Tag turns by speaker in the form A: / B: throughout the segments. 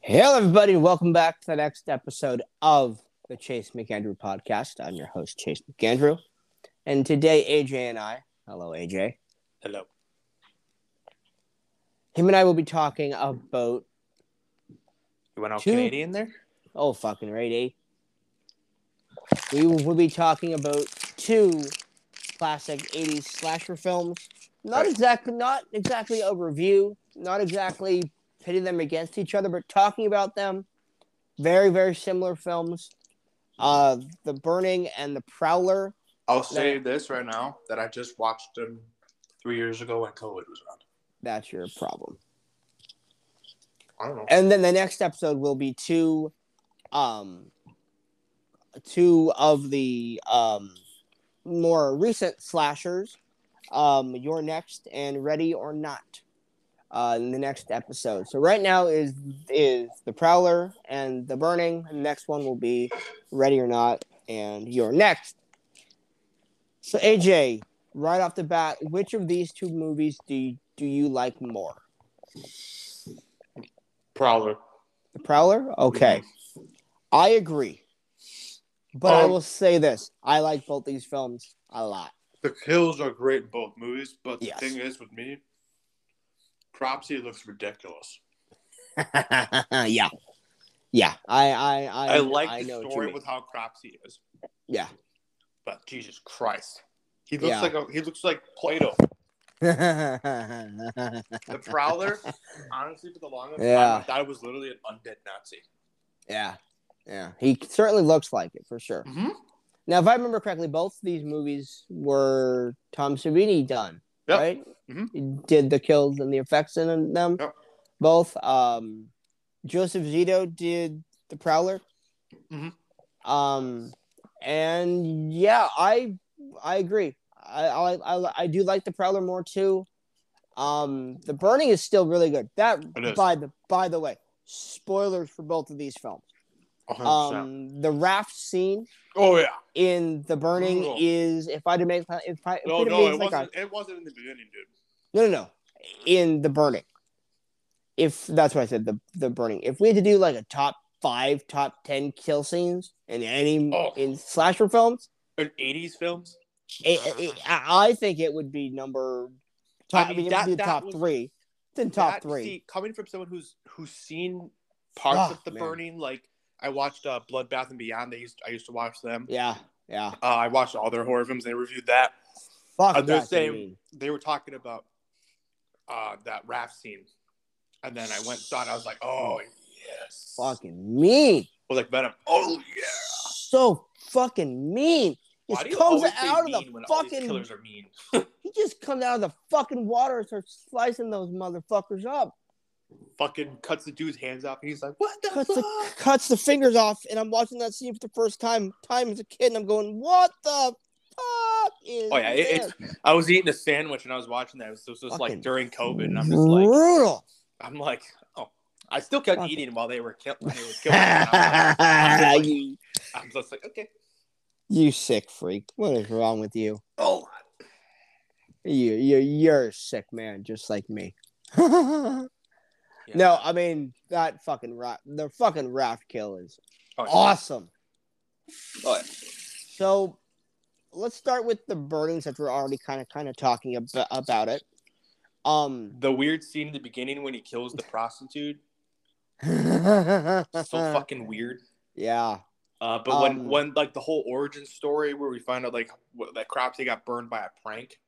A: Hello, everybody, and welcome back to the next episode of the Chase McAndrew podcast. I'm your host, Chase McAndrew. And today, AJ and I, hello, AJ,
B: Hello.
A: him and I will be talking about,
B: You went all
A: Two.
B: Canadian there?
A: oh, fucking right, eh? We will be talking about two classic 80s slasher films. Not
B: Right.
A: exactly, not exactly a review, not exactly pitting them against each other, but talking about them. Very, very similar films. Uh, The Burning and The Prowler.
B: I'll say this right now that I just watched them three years ago when COVID was on.
A: That's your problem.
B: I don't know.
A: and then the next episode will be two um two of the um more recent slashers um your next and ready or not uh in the next episode so right now is is the prowler and the burning and the next one will be ready or not and your next so aj right off the bat which of these two movies do you, do you like more
B: Prowler.
A: The Prowler? Okay. I agree. But I
B: Um,
A: will say this I like both these films a lot.
B: The kills are great in both movies, but the
A: Yes.
B: thing is with me, Cropsy looks ridiculous.
A: yeah. Yeah. I I I,
B: I, like the
A: know what you
B: story
A: mean.
B: with how Cropsy is,
A: Yeah.
B: but Jesus Christ. He looks
A: Yeah.
B: like a, he looks like Play-Doh. The Prowler, honestly, for the longest
A: Yeah.
B: time, I thought it was literally an undead Nazi.
A: yeah. Yeah. He certainly looks like it for sure.
B: Mm-hmm.
A: Now if I remember correctly, both of these movies were Tom Savini done.
B: Yep.
A: Right?
B: Mhm.
A: He did the kills and the effects in them.
B: Yep.
A: Both um Joseph Zito did the Prowler.
B: Mhm.
A: Um, and yeah, I I agree. I, I I I do like the Prowler more too. Um, the Burning is still really good. That
B: It is.
A: by the by the way, spoilers for both of these films. Um, the raft scene
B: oh yeah.
A: in the Burning
B: Brutal.
A: is if I had to make if I if
B: No,
A: we had to
B: no,
A: make
B: it
A: like a-
B: wasn't. It wasn't in the beginning, dude.
A: no, no, no. In the burning. If that's what I said, the the burning. If we had to do like a top five, top ten kill scenes in any
B: Oh.
A: in slasher films,
B: In eighties films.
A: it, it, I I think it would be number.
B: I
A: Top, I
B: mean,
A: mean, it
B: that-
A: would be
B: that
A: top
B: was-
A: three. It's in top
B: That-
A: three.
B: see, coming from someone who's who's seen parts
A: Ah,
B: of the
A: man.
B: burning, like I watched uh, Bloodbath and Beyond. They used I used to watch them.
A: yeah, yeah.
B: Uh, I watched all their horror films. They reviewed that.
A: Fuck
B: I'm
A: that.
B: just saying-
A: Sabine.
B: They were talking about uh, that raft scene, and then I went and saw it. I was like, oh yes.
A: Fucking mean.
B: I was like Venom. Oh yeah.
A: So fucking mean.
B: Why
A: Just
B: do you
A: comes
B: always say
A: out of
B: mean
A: the
B: when all these
A: fucking.
B: killers are mean.
A: He just comes out of the fucking water and starts slicing those motherfuckers up.
B: Fucking cuts the dude's hands off, and he's like, what the
A: cuts
B: fuck?
A: the, cuts the fingers off, and I'm watching that scene for the first time time as a kid, and I'm going, "What the fuck is?"
B: Oh yeah, it,
A: this?"
B: it's. I was eating a sandwich and I was watching that. It was, it was just
A: Fucking
B: like during COVID, and I'm just like,
A: brutal.
B: I'm like, oh, I still kept
A: Fuck.
B: eating while they were kill- when they were killing. them. I'm, like-
A: you,
B: like, I'm just like, okay,
A: you sick freak. What is wrong with you?
B: oh,
A: You you you're a sick man, just like me. no,
B: Yeah.
A: I mean that fucking raft. The fucking raft kill is
B: Oh, yeah.
A: awesome.
B: Oh, yeah.
A: So let's start with the burning since we're already kind of kind of talking ab- about it. Um,
B: the weird scene in the beginning when he kills the prostitute,
A: so
B: so fucking weird.
A: Yeah.
B: Uh, but
A: Uh-huh. Um,
B: when when like the whole origin story where we find out like what, that Cropsy got burned by a prank,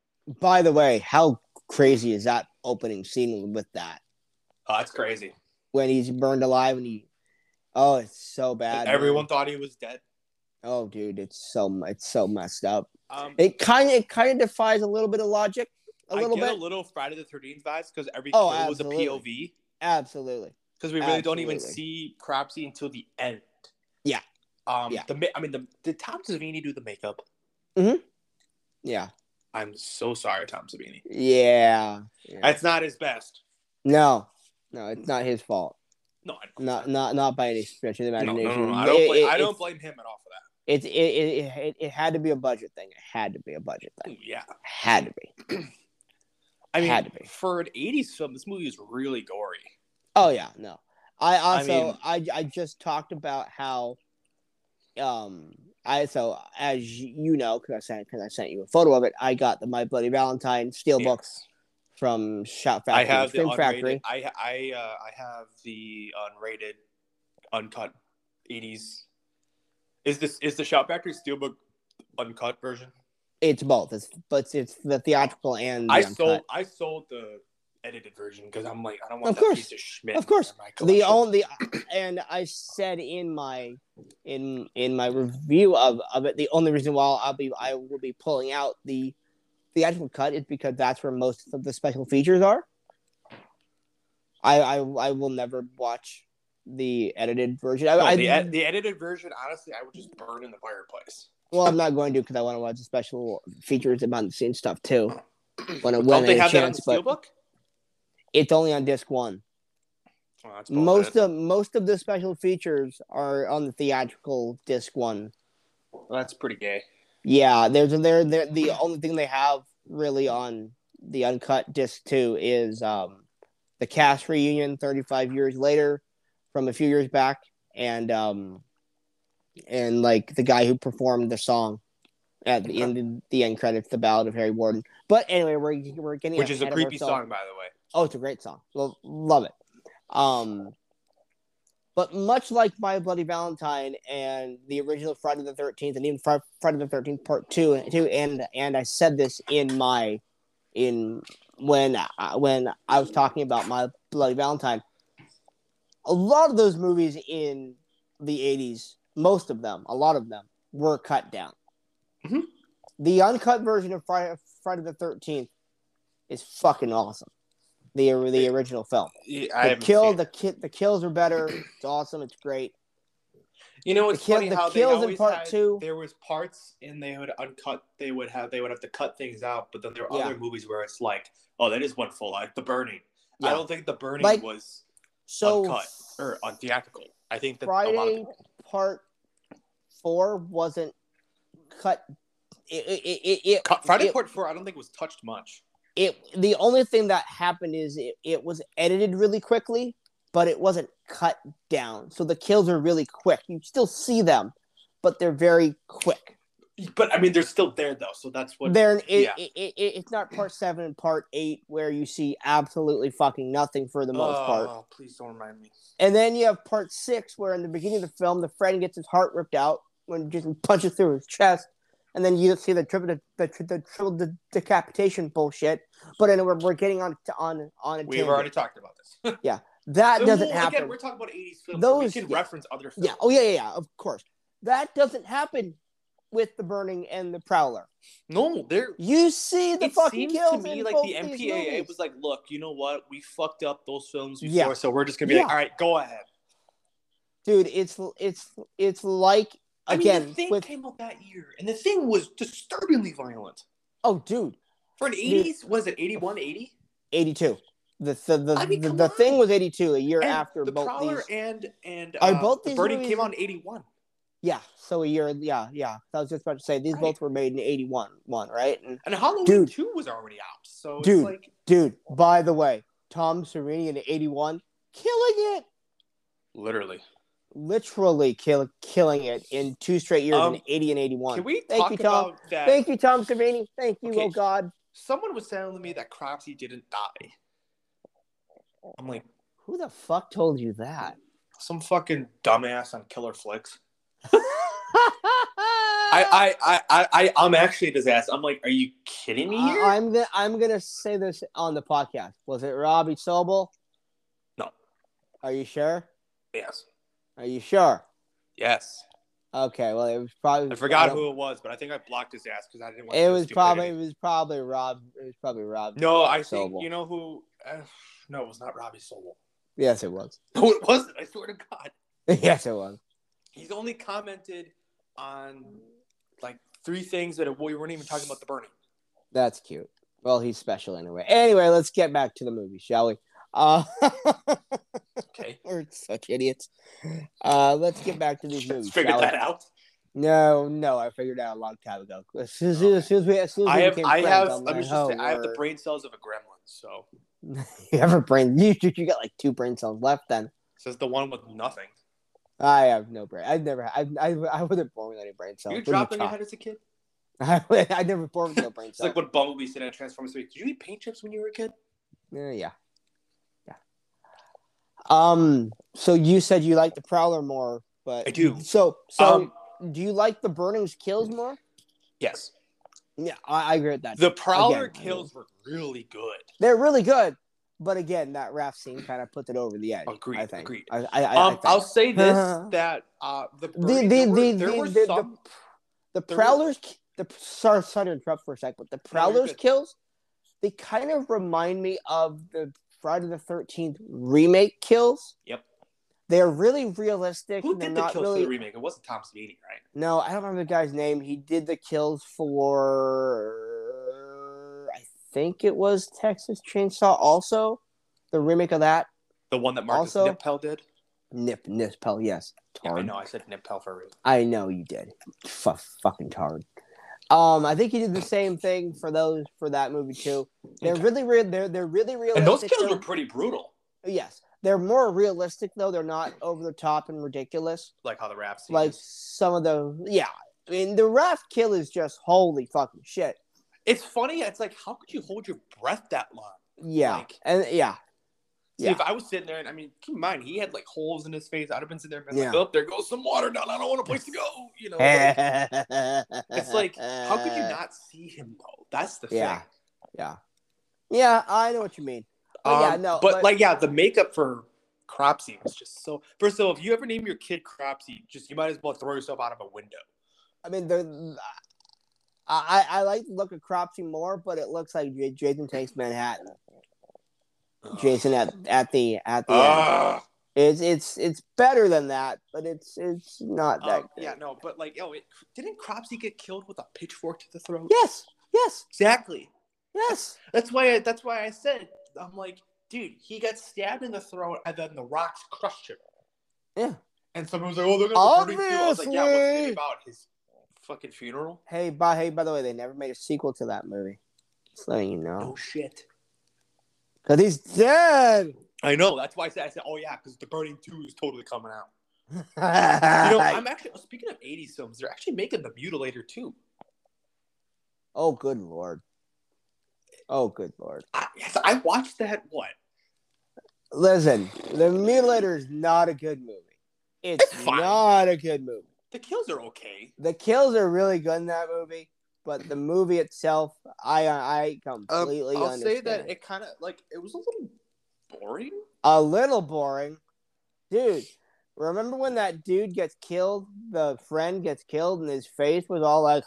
A: By the way, how crazy is that opening scene with that
B: oh, that's crazy.
A: when he's burned alive and he? Oh, it's so bad. man.
B: Everyone thought he was dead.
A: Oh, dude, it's so it's so messed up.
B: Um,
A: It kind of it kind of defies a little bit of logic, a
B: I
A: little
B: get
A: bit.
B: a little Friday the Thirteenth vibes because every
A: Oh,
B: kill was a
A: absolutely.
B: POV.
A: Absolutely.
B: because we really don't even
A: Absolutely.
B: see Cropsy until the end.
A: Yeah.
B: Um.
A: Yeah.
B: The ma- I mean, the did Tom Savini do the makeup?
A: Yeah.
B: I'm so sorry, Tom Savini.
A: Yeah. Yeah.
B: It's not his best.
A: no, no, it's not his fault.
B: No, I don't.
A: Not not not by any stretch of the
B: no, no,
A: imagination.
B: no, no, I don't.
A: It-
B: Blame,
A: it-
B: I don't
A: it's-
B: blame him at all for that.
A: It's it, it, it it had to be a budget thing. It had to be a budget thing.
B: Yeah.
A: Had to be.
B: I
A: Had to
B: mean,
A: be.
B: for an '80s film, this movie is really gory.
A: Oh yeah, no. I also
C: mean-
A: I, I just talked about how um I so as you know because I sent because I sent you a photo of it I got the My Bloody Valentine steel book
B: Yes.
A: from Shot
B: I
A: Factory
B: have the
A: Scream
B: unrated.
A: Factory.
B: I I uh, I have the unrated, uncut, eighties. Is this is the Shop Factory Steelbook uncut version?
A: It's both. It's but it's the theatrical and the
B: I
A: uncut.
B: sold I sold the edited version because I'm like I don't want
A: Of
B: that
A: course.
B: piece of schmidt.
A: Of course.
B: in my
A: the
B: collection.
A: only and I said in my in in my review of, of it the only reason why I'll be I will be pulling out the the actual cut is because that's where most of the special features are. I I, I will never watch the edited version. I,
B: No,
A: I,
B: the, ed- the edited version, honestly, I would just burn in the fireplace.
A: well, I'm not going to because I want to watch the special features and behind the scenes stuff too. When it when
B: Don't
A: I
B: they
A: get a
B: have
A: chance,
B: that
A: but
B: on the Steelbook?
A: it's only on disc one.
B: Oh, that's bullshit.
A: most of most of the special features are on the theatrical disc one.
B: that's pretty gay.
A: Yeah, there's there there the only thing they have really on the uncut disc two is um the cast reunion 35 years later from a few years back and um and like the guy who performed the song at the end the end credits the ballad of Harry Warden. But anyway, we're we're getting
B: Which is a
A: ahead of
B: creepy
A: ourselves.
B: song, by the way.
A: Oh, it's a great song. Lo- love it. Um, but much like My Bloody Valentine and the original Friday the Thirteenth, and even Fri- Friday the Thirteenth Part Two, and two, and and I said this in my in when I, when I was talking about My Bloody Valentine. A lot of those movies in the '80s, most of them, a lot of them, were cut down.
B: Mhm.
A: The uncut version of Friday, Friday the Thirteenth is fucking awesome the the original film.
B: Yeah, I
A: The
B: haven't
A: kill
B: seen it.
A: the ki- the kills are better. It's awesome. It's great.
B: You know what's
A: kill-
B: funny
A: the
B: how
A: kills
B: they
A: in
B: always
A: part
B: had-
A: two.
B: There was parts and they would uncut. They would have. They would have to cut things out. But then there are
A: Yeah.
B: other movies where it's like, oh, that is one full. Like the burning.
A: Yeah.
B: I don't think the burning
A: Like,
B: was
A: So
B: uncut or on theatrical. I think that a lot of
A: Friday
B: people,
A: part four wasn't cut. It it it, it,
B: Cut- Friday
A: it,
B: Part Four. I don't think was touched much.
A: it- the only thing that happened is it, it was edited really quickly, but it wasn't cut down. So the kills are really quick. You still see them, but they're very quick.
B: But I mean, they're still there though. So that's what.
A: There, it,
B: yeah.
A: it, it, it- it's not part seven and part eight where you see absolutely fucking nothing for the most part.
B: Oh, please don't remind me.
A: And then you have part six, where in the beginning of the film, the friend gets his heart ripped out when Jason punches through his chest. And then you see the triple, the, the, the triple de- decapitation bullshit. But anyway, we're, we're getting on to, on on a
B: We've
A: tangent.
B: already talked about this.
A: that
B: Well,
A: doesn't
B: again,
A: happen.
B: we're talking about '80s films.
A: Those-
B: we can
A: yeah.
B: reference other films.
A: yeah. Oh yeah, yeah, yeah. Of course, that doesn't happen with the burning and the prowler.
B: No, they're
A: You see the
B: it
A: fucking
B: seems
A: kills
B: to me
A: in
B: like
A: both
B: the
A: these
B: MPAA
A: movies.
B: was like, look, you know what? We fucked up those films before,
A: Yeah.
B: so we're just gonna be
A: Yeah.
B: like, all right, go ahead.
A: dude. It's it's it's like
B: I
A: again
B: mean, the thing
A: with
B: came out that year, and the thing was disturbingly violent
A: oh dude,
B: for an '80s. Was it 81, 80?
A: eighty two. The the the,
B: I mean,
A: the,
B: come
A: the
B: on.
A: thing was eighty two a year
B: And
A: after
B: the
A: both
B: Prowler
A: these.
B: and and
A: Are
B: uh,
A: both
B: the
A: these
B: Burning
A: movies-
B: came out in '81.
A: Yeah, so a year. Yeah, yeah. I was just about to say these
B: Right.
A: both were made in eighty one. One right, and
B: And Halloween
A: Dude.
B: Two was already out, so
A: Dude.
B: it's like
A: dude. By the way, Tom Sereni in eighty one, killing it,
B: literally.
A: literally kill, killing it in two straight years
B: Um,
A: in eighty and eighty
B: Can
A: one.
B: we
A: Thank
B: talk
A: you, Tom.
B: about that?
A: Thank you, Tom Sereni. Thank you,
B: Okay.
A: oh God.
B: Someone was telling me that Cropsey didn't die. I'm like
A: Who the fuck told you that?
B: some fucking dumbass on Killer Flicks.
A: I,
B: I, I, I, I, I'm actually a disaster. I'm like, are you kidding me here?
A: I am gonna I'm gonna say this on the podcast. Was it Robbie Sobel?
B: No.
A: Are you sure?
B: yes.
A: Are you sure?
B: Yes.
A: Okay, well it was probably
B: I forgot
A: don't-
B: who it was, but I think I blocked his ass because I didn't want
A: It
B: to
A: was
B: stupidity.
A: probably it was probably Rob. It was probably Rob.
B: No, I think,
A: Sobel.
B: you know who? Uh, no, it was not Robbie Sobel.
A: Yes, it was.
B: No, it wasn't. I swear to God.
A: yes, it was.
B: He's only commented on like three things that we weren't even talking about the burning.
A: That's cute. Well, he's special anyway. Anyway, let's get back to the movie, shall we? Uh,
B: Okay.
A: we're such idiots. Uh, let's get back to these
B: Let's
A: movies.
B: figure
A: shall we?
B: that out.
A: No, no, I figured out a long time ago. As soon as, as, soon as we, as soon as we
B: Oh, I have,
A: became
B: I
A: friends,
B: have,
A: I'm
B: let
A: like,
B: me just
A: "Oh,
B: say, I have the
A: word."
B: brain cells of a gremlin. So
A: you have a brain. You you got like two brain cells left then.
B: Says the one with nothing.
A: I have no brain. I've never. I've, I. I wasn't born with any brain cells.
B: you
A: Give me
B: dropped on your
A: chalk.
B: head as a kid.
A: I, was- I never born with no brain
B: It's
A: cells.
B: like when Bumblebee said in Transformers 3. Did you eat paint chips when you were a kid?
A: Yeah, yeah, yeah. Um. So you said you like the Prowler more, but
B: I do.
A: So so
B: Um,
A: do you like the Burnings kills more?
B: yes.
A: Yeah, I, I agree with that.
B: The Prowler
A: Again, I
B: kills were really good.
A: They're really good, but again, that rap scene kind of puts it over the edge.
B: Agreed,
A: I think.
B: agreed.
A: I, I, I, I
B: Um,
A: think.
B: I'll say this
A: Uh-huh.
B: that uh, the,
A: the
B: Burnings-
A: the the
B: there were, there
A: the,
B: were
A: the,
B: some
A: the,
B: there were-
A: Prowlers. ki- The sorry, sorry to interrupt for a sec, but the Prowlers
B: good.
A: kills. They kind of remind me of the Friday the Thirteenth remake kills.
B: Yep.
A: They're really realistic.
B: Who
A: and they're
B: did the
A: not
B: kills
A: really
B: for the remake? It wasn't Tom Savini, right?
A: No, I don't remember the guy's name. He did the kills for I think it was Texas Chainsaw also. The remake of that.
B: The one that Marcus
A: Also-
B: Nippel did.
A: Nip Nispel, yes.
B: Yeah, I
A: Tarn.
B: know. I said Nippel for a reason.
A: I know you did. F- fucking hard. Um, I think he did the same thing for those for that movie too. They're
B: Okay.
A: really real. They're they're really realistic.
B: And those kills
A: though.
B: were pretty brutal.
A: yes, they're more realistic though. They're not over the top and ridiculous.
B: Like how the rap scene.
A: Like
B: is.
A: some of the yeah. I mean, the Raph kill is just holy fucking shit.
B: it's funny. It's like how could you hold your breath that long?
A: Yeah,
B: Like-
A: and yeah,
B: See,
A: Yeah.
B: if I was sitting there, and I mean, keep in mind, he had like holes in his face. I'd have been sitting there, and been like,
A: Yeah.
B: oh, there goes some water down. I don't want a place to go. You know, like,
A: it's
B: it's like, how could you not see him though? That's the
A: Yeah.
B: thing.
A: Yeah, I know what you mean. But
B: Um,
A: yeah, no,
B: but,
A: but-
B: like, yeah, the makeup for Cropsy was just so. First of all, if you ever name your kid Cropsy, just you might as well throw yourself out of a window.
A: I mean, they're. I, I I like the look of Cropsy more, but it looks like J- Jason takes Manhattan. Jason at at the at
B: Uh,
A: the end.
B: Ugh.
A: It's it's it's better than that, but it's it's not that.
B: Um,
A: good.
B: yeah, no, but like, oh, it, didn't Cropsy get killed with a pitchfork to the throat?
A: Yes. Yes.
B: exactly.
A: Yes.
B: That's why. I, that's why I said I'm like, dude, he got stabbed in the throat, and then the rocks crushed him.
A: Yeah.
B: And someone was like, "Oh, they're gonna be burning too." I was like, "Yeah, what's it gonna
A: Obviously.
B: be about his fucking funeral?"
A: Hey, by hey, by the way, they never made a sequel to that movie. Just letting you know,
B: Oh shit!
A: because he's dead.
B: I know. That's why I said, "I said, oh yeah, because the Burning Two is totally coming out."
A: you
B: You know, I'm actually oh, speaking of '80s films. They're actually making the Mutilator too.
A: Oh, good lord. Oh, good lord.
B: I, yes, I watched that. What?
A: Listen, The Mutilator is not a good movie. It's,
B: It's fine.
A: not a good movie.
B: The kills are okay.
A: The kills are really good in that movie, but the movie itself, I I completely
B: Um, I'll
A: understand.
B: say that it kind of like it was a little boring.
A: a little boring, dude. Remember when that dude gets killed? The friend gets killed, and his face was all like,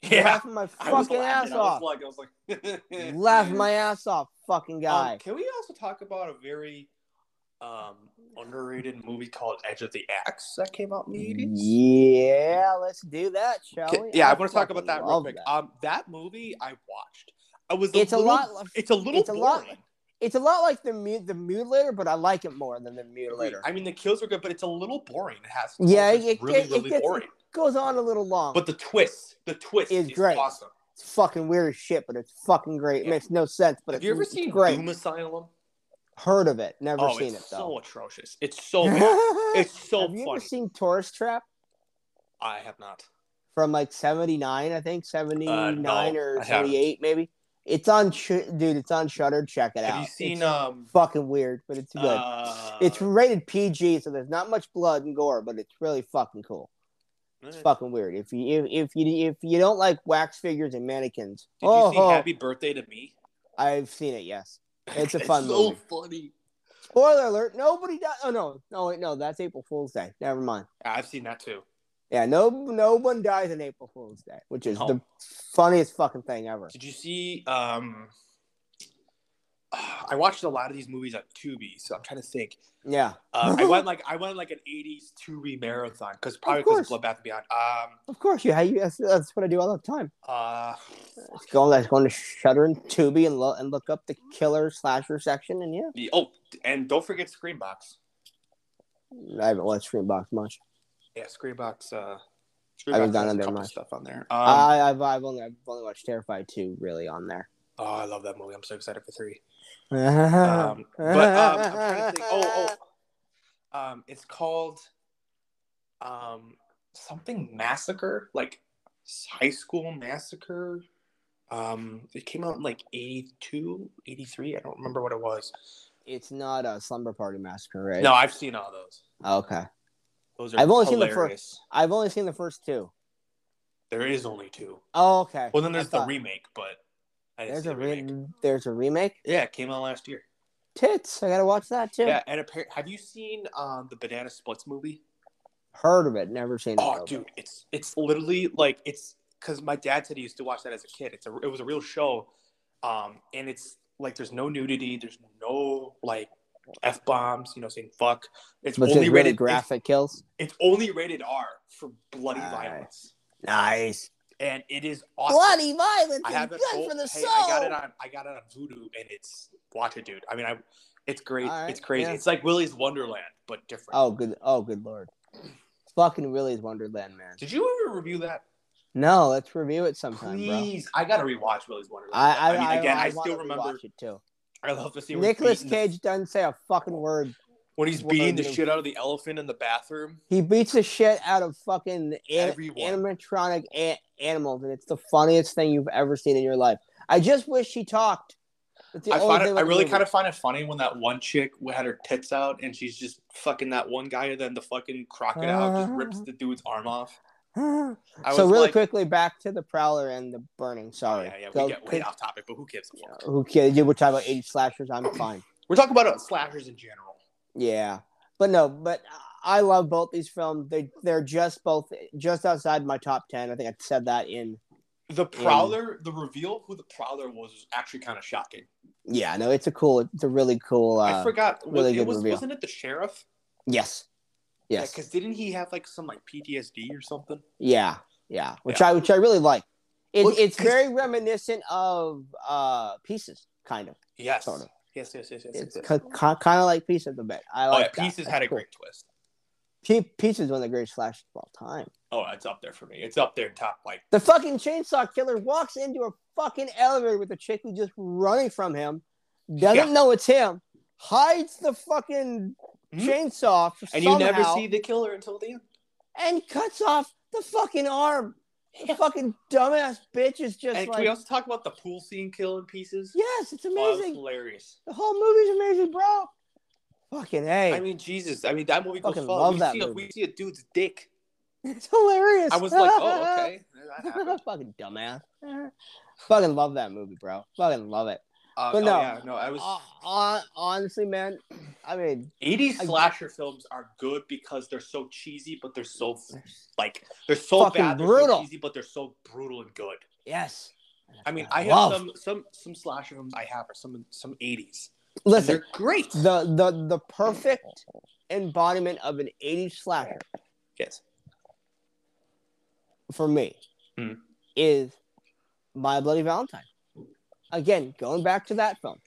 A: "Hey, laughing my
B: I was
A: fucking ass
B: laughing.
A: off,
B: I was like, I was like
A: laugh my ass off, fucking guy."
B: Um, can we also talk about a very um, underrated movie called Edge of the Axe that came out in the eighties?
A: Yeah, let's do that, shall we?
B: Yeah, I, want to talk about
A: fucking
B: that real
A: love
B: quick.
A: that.
B: Um, that movie I watched. I was.
A: It's a
B: little-
A: lot like-
B: It's a little
A: it's a
B: boring.
A: lot It's a lot like the mu- the mutilator, but I like it more than the mutilator.
B: I mean, the kills are good, but it's a little boring. It has.
A: Yeah,
B: it's
A: it- it-
B: really,
A: it
B: really
A: gets-
B: boring.
A: It goes on a little long,
B: But the twist, the twist
A: It's
B: is,
A: great.
B: awesome.
A: it's fucking weird as shit. But it's fucking great. It
B: Yeah.
A: makes no sense, but
B: Have
A: it's,
B: you ever
A: it's
B: seen
A: great.
B: Doom Asylum?
A: Heard of it? Never
B: oh,
A: seen
B: it's
A: it
B: so
A: though.
B: atrocious. It's so bad. it's so
A: Have you
B: funny.
A: ever seen Tourist Trap
B: I have not.
A: from like '79? I think '79 or
B: Uh, I haven't.
A: '78, maybe. It's on, sh- dude. It's on Shutter. Check it out.
B: Have you seen
A: It's
B: um?
A: fucking weird, but it's good.
B: uh,
A: it's rated PG, so there's not much blood and gore, but it's really fucking cool. It's
B: eh.
A: fucking weird. If you if, if you if you don't like wax figures and mannequins,
B: Did
A: oh,
B: you see Happy Birthday to Me?
A: I've seen it. Yes. It's a fun
B: so
A: movie.
B: funny.
A: Spoiler alert: nobody dies. Oh no, no wait, no, that's April Fool's Day. Never mind.
B: I've seen that too.
A: Yeah, no, no one dies on April Fool's Day, which is
B: No.
A: the funniest fucking thing ever.
B: Did you see? Um, I watched a lot of these movies on Tubi, so I'm trying to think.
A: Yeah,
B: Uh, I went like I went like an '80s Tubi marathon because probably
A: course.
B: because Bloodbath and Beyond. Um,
A: of course you. Have, you that's, that's what I do all the time.
B: uh,
A: Just Go, that's going to Shutter and Tubi and, lo- and look up the killer slasher section, and yeah,
B: the- oh, and don't forget Screenbox.
A: I haven't watched Screenbox much.
B: Yeah, Screenbox. Uh,
A: I haven't gone
B: Screenbox has
A: on
B: a
A: there
B: couple
A: much. Uh,
B: stuff on there. Um,
A: I, I've, I've only I've only watched Terrified two really on there.
B: oh, I love that movie. I'm so excited for three. Um, but um, I'm trying to think. Oh, oh. Um, it's called um, something massacre, like high school massacre. Um, it came out in like 82, 83. I don't remember what it was.
A: it's not a slumber party massacre, right?
B: No, I've seen all those.
A: Okay.
B: Those are
A: I've only seen the
B: hilarious.
A: first- I've only seen the first two.
B: There is only two.
A: Oh, okay.
B: Well, then there's
A: I
B: the
A: thought-
B: remake, but I didn't
A: There's
B: see
A: a
B: the remake.
A: re- there's a remake.
B: Yeah, it came out last year.
A: Tits. I gotta watch that too.
B: Yeah, and appar- have you seen um, the Banana Splits movie?
A: Heard of it, never seen it.
B: Oh,
A: though.
B: dude, it's it's literally like it's because my dad said he used to watch that as a kid. It's a it was a real show, um, and it's like there's no nudity, there's no like f bombs, you know, saying fuck. It's
A: But
B: only
A: just really
B: rated it's,
A: graphic kills.
B: it's only rated R for bloody
A: Nice.
B: violence,
A: Nice.
B: and it is awesome.
A: Bloody violence
B: I
A: is
B: have
A: good
B: it. full-
A: for the
B: hey,
A: soul.
B: I got it on. I got it on Voodoo, and it's watch it, dude. I mean, I it's great.
A: All right,
B: it's crazy.
A: yeah.
B: It's like Willy's Wonderland, but different.
A: oh good. Oh good lord. Fucking Willy's Wonderland, man.
B: Did you ever review that?
A: No, let's review it sometime, bro.
B: Please, I gotta rewatch Willy's Wonderland.
A: I I,
B: mean, again, I,
A: wanna
B: still remember.
A: rewatch it too.
B: I love to see when he's
A: Nicholas
B: beating the-
A: Cage doesn't say a fucking word.
B: when he's
A: Well,
B: beating the
A: no.
B: shit out of the elephant in the bathroom.
A: He beats the shit out of fucking an-
B: Everyone.
A: animatronic a- animals, and it's the funniest thing you've ever seen in your life. I just wish she talked. That's the
B: I
A: only
B: find
A: thing
B: it, I
A: with the
B: really
A: movie.
B: kind of find it funny when that one chick had her tits out and she's just fucking that one guy, and then the fucking crocodile just rips the dude's arm off. I
A: Uh-huh. so
B: was
A: really
B: like,
A: quickly back to the Prowler and the Burning. Sorry,
B: yeah, yeah, we
A: Go-
B: get way off topic, but who gives a fuck?
A: who cares? You were talking about eighty slashers. I'm fine.
B: We're talking about uh, slashers in general.
A: Yeah, but no, but I love both these films. They they're just both just outside my top ten. I think I said that in.
B: The Prowler, the reveal of who the Prowler was, was actually kind of shocking.
A: Yeah, no, it's a cool. It's a really cool. Uh,
B: I forgot. Was,
A: really
B: it
A: good
B: was,
A: reveal.
B: wasn't it the sheriff?
A: Yes. Yes.
B: Because didn't he have like some like PTSD or something?
A: Yeah, yeah, which I which I really like. It,
B: Well,
A: it's
B: 'cause-
A: very reminiscent of uh pieces, kind of.
B: Yes.
A: Sort of.
B: Yes, yes, yes, yes. yes,
A: It's
B: yes.
A: c- kind of like pieces a bit. I
B: oh,
A: like
B: yeah.
A: that.
B: Pieces
A: That's
B: had a
A: cool.
B: great twist.
A: Pe- pieces is one of the greatest slashes of all time.
B: Oh, it's up there for me. It's up there in top like
A: The fucking chainsaw killer walks into a fucking elevator with a chick who's just running from him, doesn't
B: Yeah.
A: know it's him, hides the fucking
B: Mhm.
A: chainsaw, for
B: and you never
A: somehow,
B: see the killer until the end.
A: and cuts off the fucking arm. The fucking dumbass bitch is just
B: And can
A: like,
B: we also talk about the pool scene kill in pieces?
A: yes, it's
B: Oh, that was
A: amazing.
B: hilarious.
A: The whole movie's amazing, bro. Fucking hey,
B: I mean, Jesus. I mean, that movie goes
A: Fucking
B: far.
A: love
B: we,
A: that
B: see a,
A: movie.
B: we see a dude's dick.
A: it's hilarious.
B: I was like, oh, okay. That happened.
A: Fucking dumbass. Fucking love that movie, bro. Fucking love it.
B: Uh,
A: But
B: oh,
A: no.
B: yeah, no, I was.
A: Uh, hon- honestly, man, I mean,
B: 80s
A: I-
B: slasher films are good because they're so cheesy, but they're so like they're so
A: Fucking
B: bad, they're
A: brutal.
B: so cheesy, but they're so brutal and good.
A: yes.
B: I mean, I have
A: Love.
B: some some some slasher films I have are some some 80s. And
A: Listen,
B: They're great.
A: the the the perfect embodiment of an '80s slasher
B: Yes.
A: for me
B: Hmm.
A: is My Bloody Valentine. Again, going back to that film,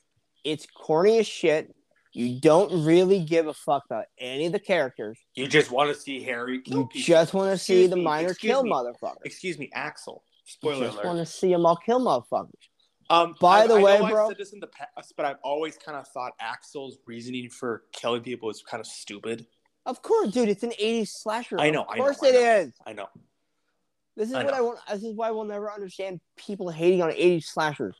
A: it's corny as shit. You don't really give a fuck about any of the characters.
B: You just want to see Harry kill
A: You
B: people.
A: just want to see
B: Excuse
A: the
B: me,
A: minor
B: excuse
A: kill
B: me.
A: motherfuckers.
B: Excuse me, Axel.
A: You
B: Spoiler
A: just
B: alert.
A: want to see them all kill motherfuckers.
B: Um,
A: By
B: I-
A: the
B: I know
A: way,
B: I've
A: bro-
B: said this in the past, but I've always kind of thought Axel's reasoning for killing people is kind of stupid.
A: Of course, dude, it's an '80s slasher.
B: I know,
A: Of
B: I know,
A: course
B: I
A: it
B: know.
A: is.
B: I know.
A: This is
B: I
A: what
B: know.
A: I won't. This is why we'll never understand people hating on '80s slashers.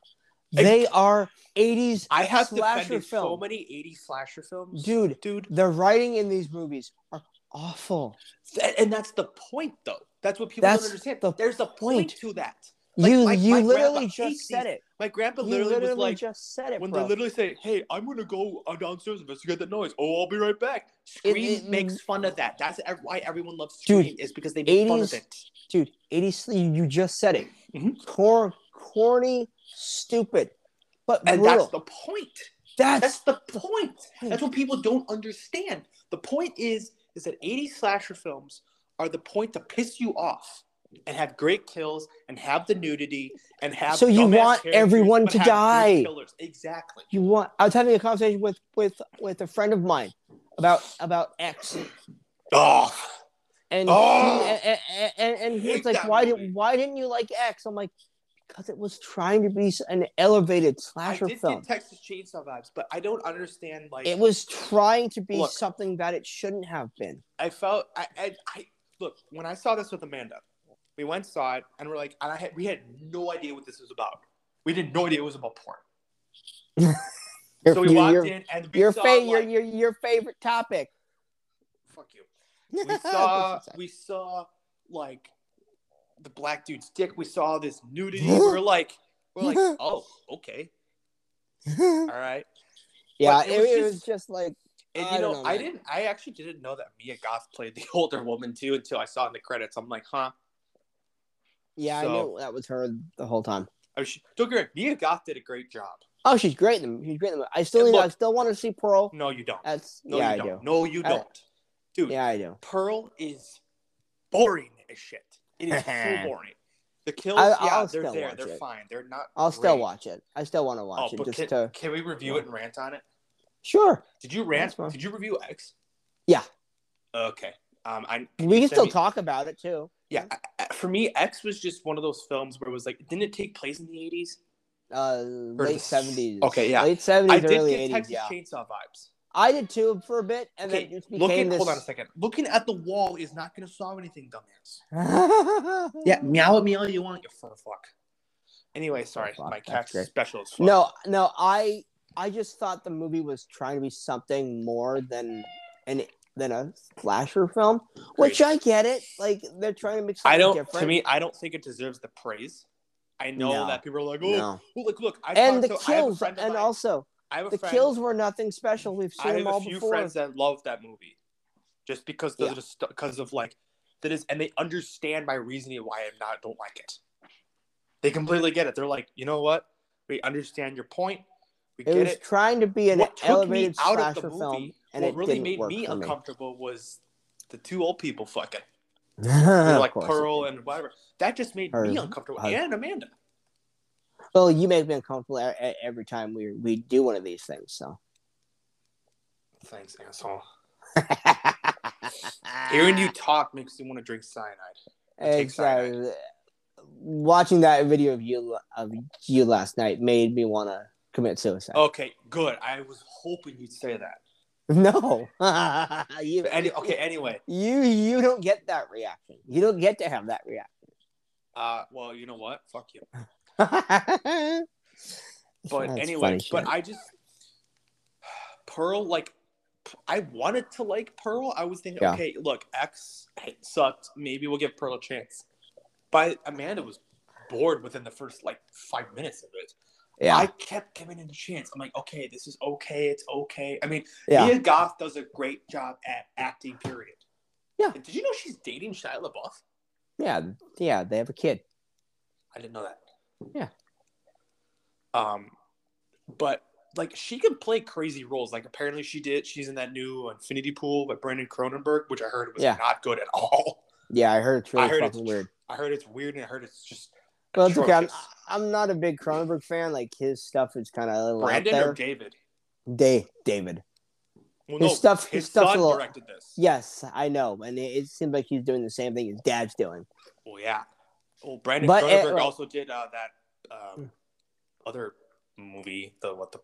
B: I-
A: They are '80s,
B: I have
A: Slasher
B: defended so
A: film.
B: many 80s slasher films.
A: dude.
B: Dude,
A: The writing in these movies are awful.
B: Th- and that's the point, though. That's what people
A: That's
B: don't understand.
A: the
B: There's a
A: point.
B: point to that.
A: you
B: my-
A: you
B: my
A: literally
B: grandpa
A: just
B: hates
A: said
B: these-
A: it.
B: My grandpa
A: You
B: literally,
A: literally
B: was like,
A: just said it,
B: when
A: bro.
B: they literally say, "Hey, I'm gonna go uh, downstairs and investigate the noise." Oh, I'll be right back.
A: It-
B: Scream
A: it-
B: makes fun of that. That's ev- why everyone loves
A: Dude,
B: Scream is because they make fun of
A: 80s
B: it.
A: dude, '80s. You, you just said it.
B: Mhm.
A: Cor- corny, stupid, but
B: And
A: brutal.
B: that's the point.
A: That's
B: That's the point. That's what people don't understand. The point is, is that 80 slasher films are the point to piss you off and have great kills and have the nudity and have.
A: So you
B: dumbass
A: want
B: characters,
A: everyone
B: but
A: to
B: have good
A: die.
B: Killers. Exactly.
A: you want. I was having a conversation with with with a friend of mine about about X,
B: Oh,
A: and
B: Oh!
A: he, and, and, and he
B: Hate
A: was like,
B: Oh! that
A: "Why
B: movie.
A: didn't why didn't you like X?" I'm like, because it was trying to be an elevated
B: I
A: slasher
B: did
A: film.
B: get Texas Chainsaw vibes, but I don't understand. Like
A: It was trying to be
B: Look.
A: something that it shouldn't have been.
B: I felt I, I I look when I saw this with Amanda, we went and saw it and we're like, and I had we had no idea what this was about. We didn't no idea it was about porn. So we
A: Your-
B: walked
A: your,
B: in and we
A: your,
B: saw
A: fa- your,
B: like,
A: your, your favorite topic.
B: fuck you. We saw we saw like the black dude's dick. We saw this nudity. we're like we're like oh okay all right.
A: yeah,
B: But
A: it,
B: it was
A: it
B: just-
A: was just like
B: And
A: I
B: you know,
A: don't know,
B: I
A: man.
B: didn't. I actually didn't know that Mia Goth played the older woman too until I saw it in the credits. I'm like, huh.
A: yeah,
B: So-
A: I knew that was her the whole time.
B: I was, don't get me wrong, Mia Goth did a great job.
A: Oh, she's great. In them. She's great. In them. I still,
B: And
A: need, I
B: look-
A: still want to see Pearl.
B: No, you don't.
A: That's
B: No,
A: yeah,
B: you
A: I
B: don't.
A: do.
B: No, you
A: I-
B: don't. Dude,
A: Yeah, I do.
B: Pearl is boring as shit. It is so boring. The kills,
A: I-
B: yeah,
A: I'll
B: they're
A: still
B: there.
A: watch
B: They're
A: it.
B: fine. They're not.
A: I'll still
B: great.
A: watch it. I still want to
B: Oh,
A: watch it
B: but
A: just
B: can,
A: to
B: can we review it and rant on it?
A: sure.
B: Did you rant?
A: That's fine.
B: Did you review X?
A: Yeah.
B: Okay. Um, I
A: We
B: you
A: can
B: send
A: still
B: me-
A: talk about it too.
B: Yeah, I- I- for me, X was just one of those films where it was like, didn't it take place in the eighties?
A: Uh,
B: Or
A: late
B: the-
A: seventies.
B: Okay, yeah.
A: Late
B: I
A: seventies,
B: did
A: early
B: get
A: eighties.
B: Texas
A: Yeah,
B: Chainsaw vibes.
A: I did too for a bit, and
B: okay,
A: then it just
B: looking.
A: became this.
B: Hold on a second. Looking at the wall is not going to solve anything, dumbass.
A: second.
B: Yeah, meow at me all you want, you fur fuck. Anyway, sorry,
A: fuck,
B: my
A: that's
B: cat's
A: great.
B: special as fuck.
A: No, no, I I just thought the movie was trying to be something more than an than a slasher film, which I get it. Like they're trying to make something
B: I don't.
A: different.
B: To me, I don't think it deserves the praise. I know
A: No.
B: that people are like, "Oh,
A: no.
B: look, look!" I
A: And the
B: talked to- I have a
A: kills,
B: friend of
A: and
B: mine-
A: also
B: I have a
A: the
B: friend-
A: kills were nothing special. We've
B: I
A: seen
B: have
A: them all
B: a few
A: before.
B: friends that love that movie, just because
A: Yeah.
B: of the st- because of like that is, and they understand my reasoning why I'm not don't like it. They completely get it. They're like, you know what? We understand your point. We
A: it
B: get
A: was
B: it.
A: trying to be an
B: what took me
A: elevated
B: out of
A: slasher
B: the movie,
A: film, and
B: what
A: it
B: really
A: didn't
B: made
A: work
B: me
A: for
B: uncomfortable was the two old people fucking.
A: me.
B: They're
A: Uh-huh, Of
B: like
A: course it
B: Pearl
A: did.
B: and whatever. That just made
A: Or-
B: me uncomfortable
A: or-
B: and Amanda.
A: well, you make me uncomfortable e- e- every time we we do one of these things. So
B: Thanks, asshole.
A: Ah.
B: Hearing you talk makes me want to drink cyanide. takes
A: Exactly. Watching that video of you of you last night made me want to commit suicide.
B: Okay, good. I was hoping you'd say that.
A: No, you,
B: But any, okay, anyway.
A: you you don't get that reaction. You don't get to have that
B: Uh, well, you know what? Fuck you.
A: reaction.
B: But
A: That's
B: anyway,
A: funny
B: but
A: shit.
B: I just Pearl like I wanted to like Pearl. I was thinking,
A: Yeah.
B: okay, look, X sucked. Maybe we'll give Pearl a chance. But Amanda was bored within the first like five minutes of it.
A: yeah,
B: I kept giving it a chance. I'm like, okay, this is okay. It's okay. I mean,
A: yeah.
B: Mia Goth does a great job at acting. Period.
A: Yeah.
B: Did you know she's dating Shia LaBeouf?
A: Yeah, yeah, they have a kid.
B: I didn't know that.
A: Yeah.
B: Um, but like she can play crazy roles. Like apparently she did. She's in that new Infinity Pool with Brandon Cronenberg, which I heard was
A: Yeah.
B: not good at all.
A: Yeah, I heard it's really
B: I heard
A: fucking
B: it's
A: weird.
B: I heard it's weird, and I heard it's just.
A: Well, it's okay. I'm,
B: atrocious.
A: I'm not a big Cronenberg fan. Like his stuff is kind of a little out
B: Brandon
A: there.
B: or David?
A: Day David.
B: Well,
A: His stuff- his stuff's
B: son
A: a little-
B: directed this.
A: Yes, I know, and it, it seems like he's doing the same thing his dad's doing.
B: Well, yeah. Well, Brandon
A: But it- Hmm.
B: Cronenberg also did uh, that um, other movie. The what the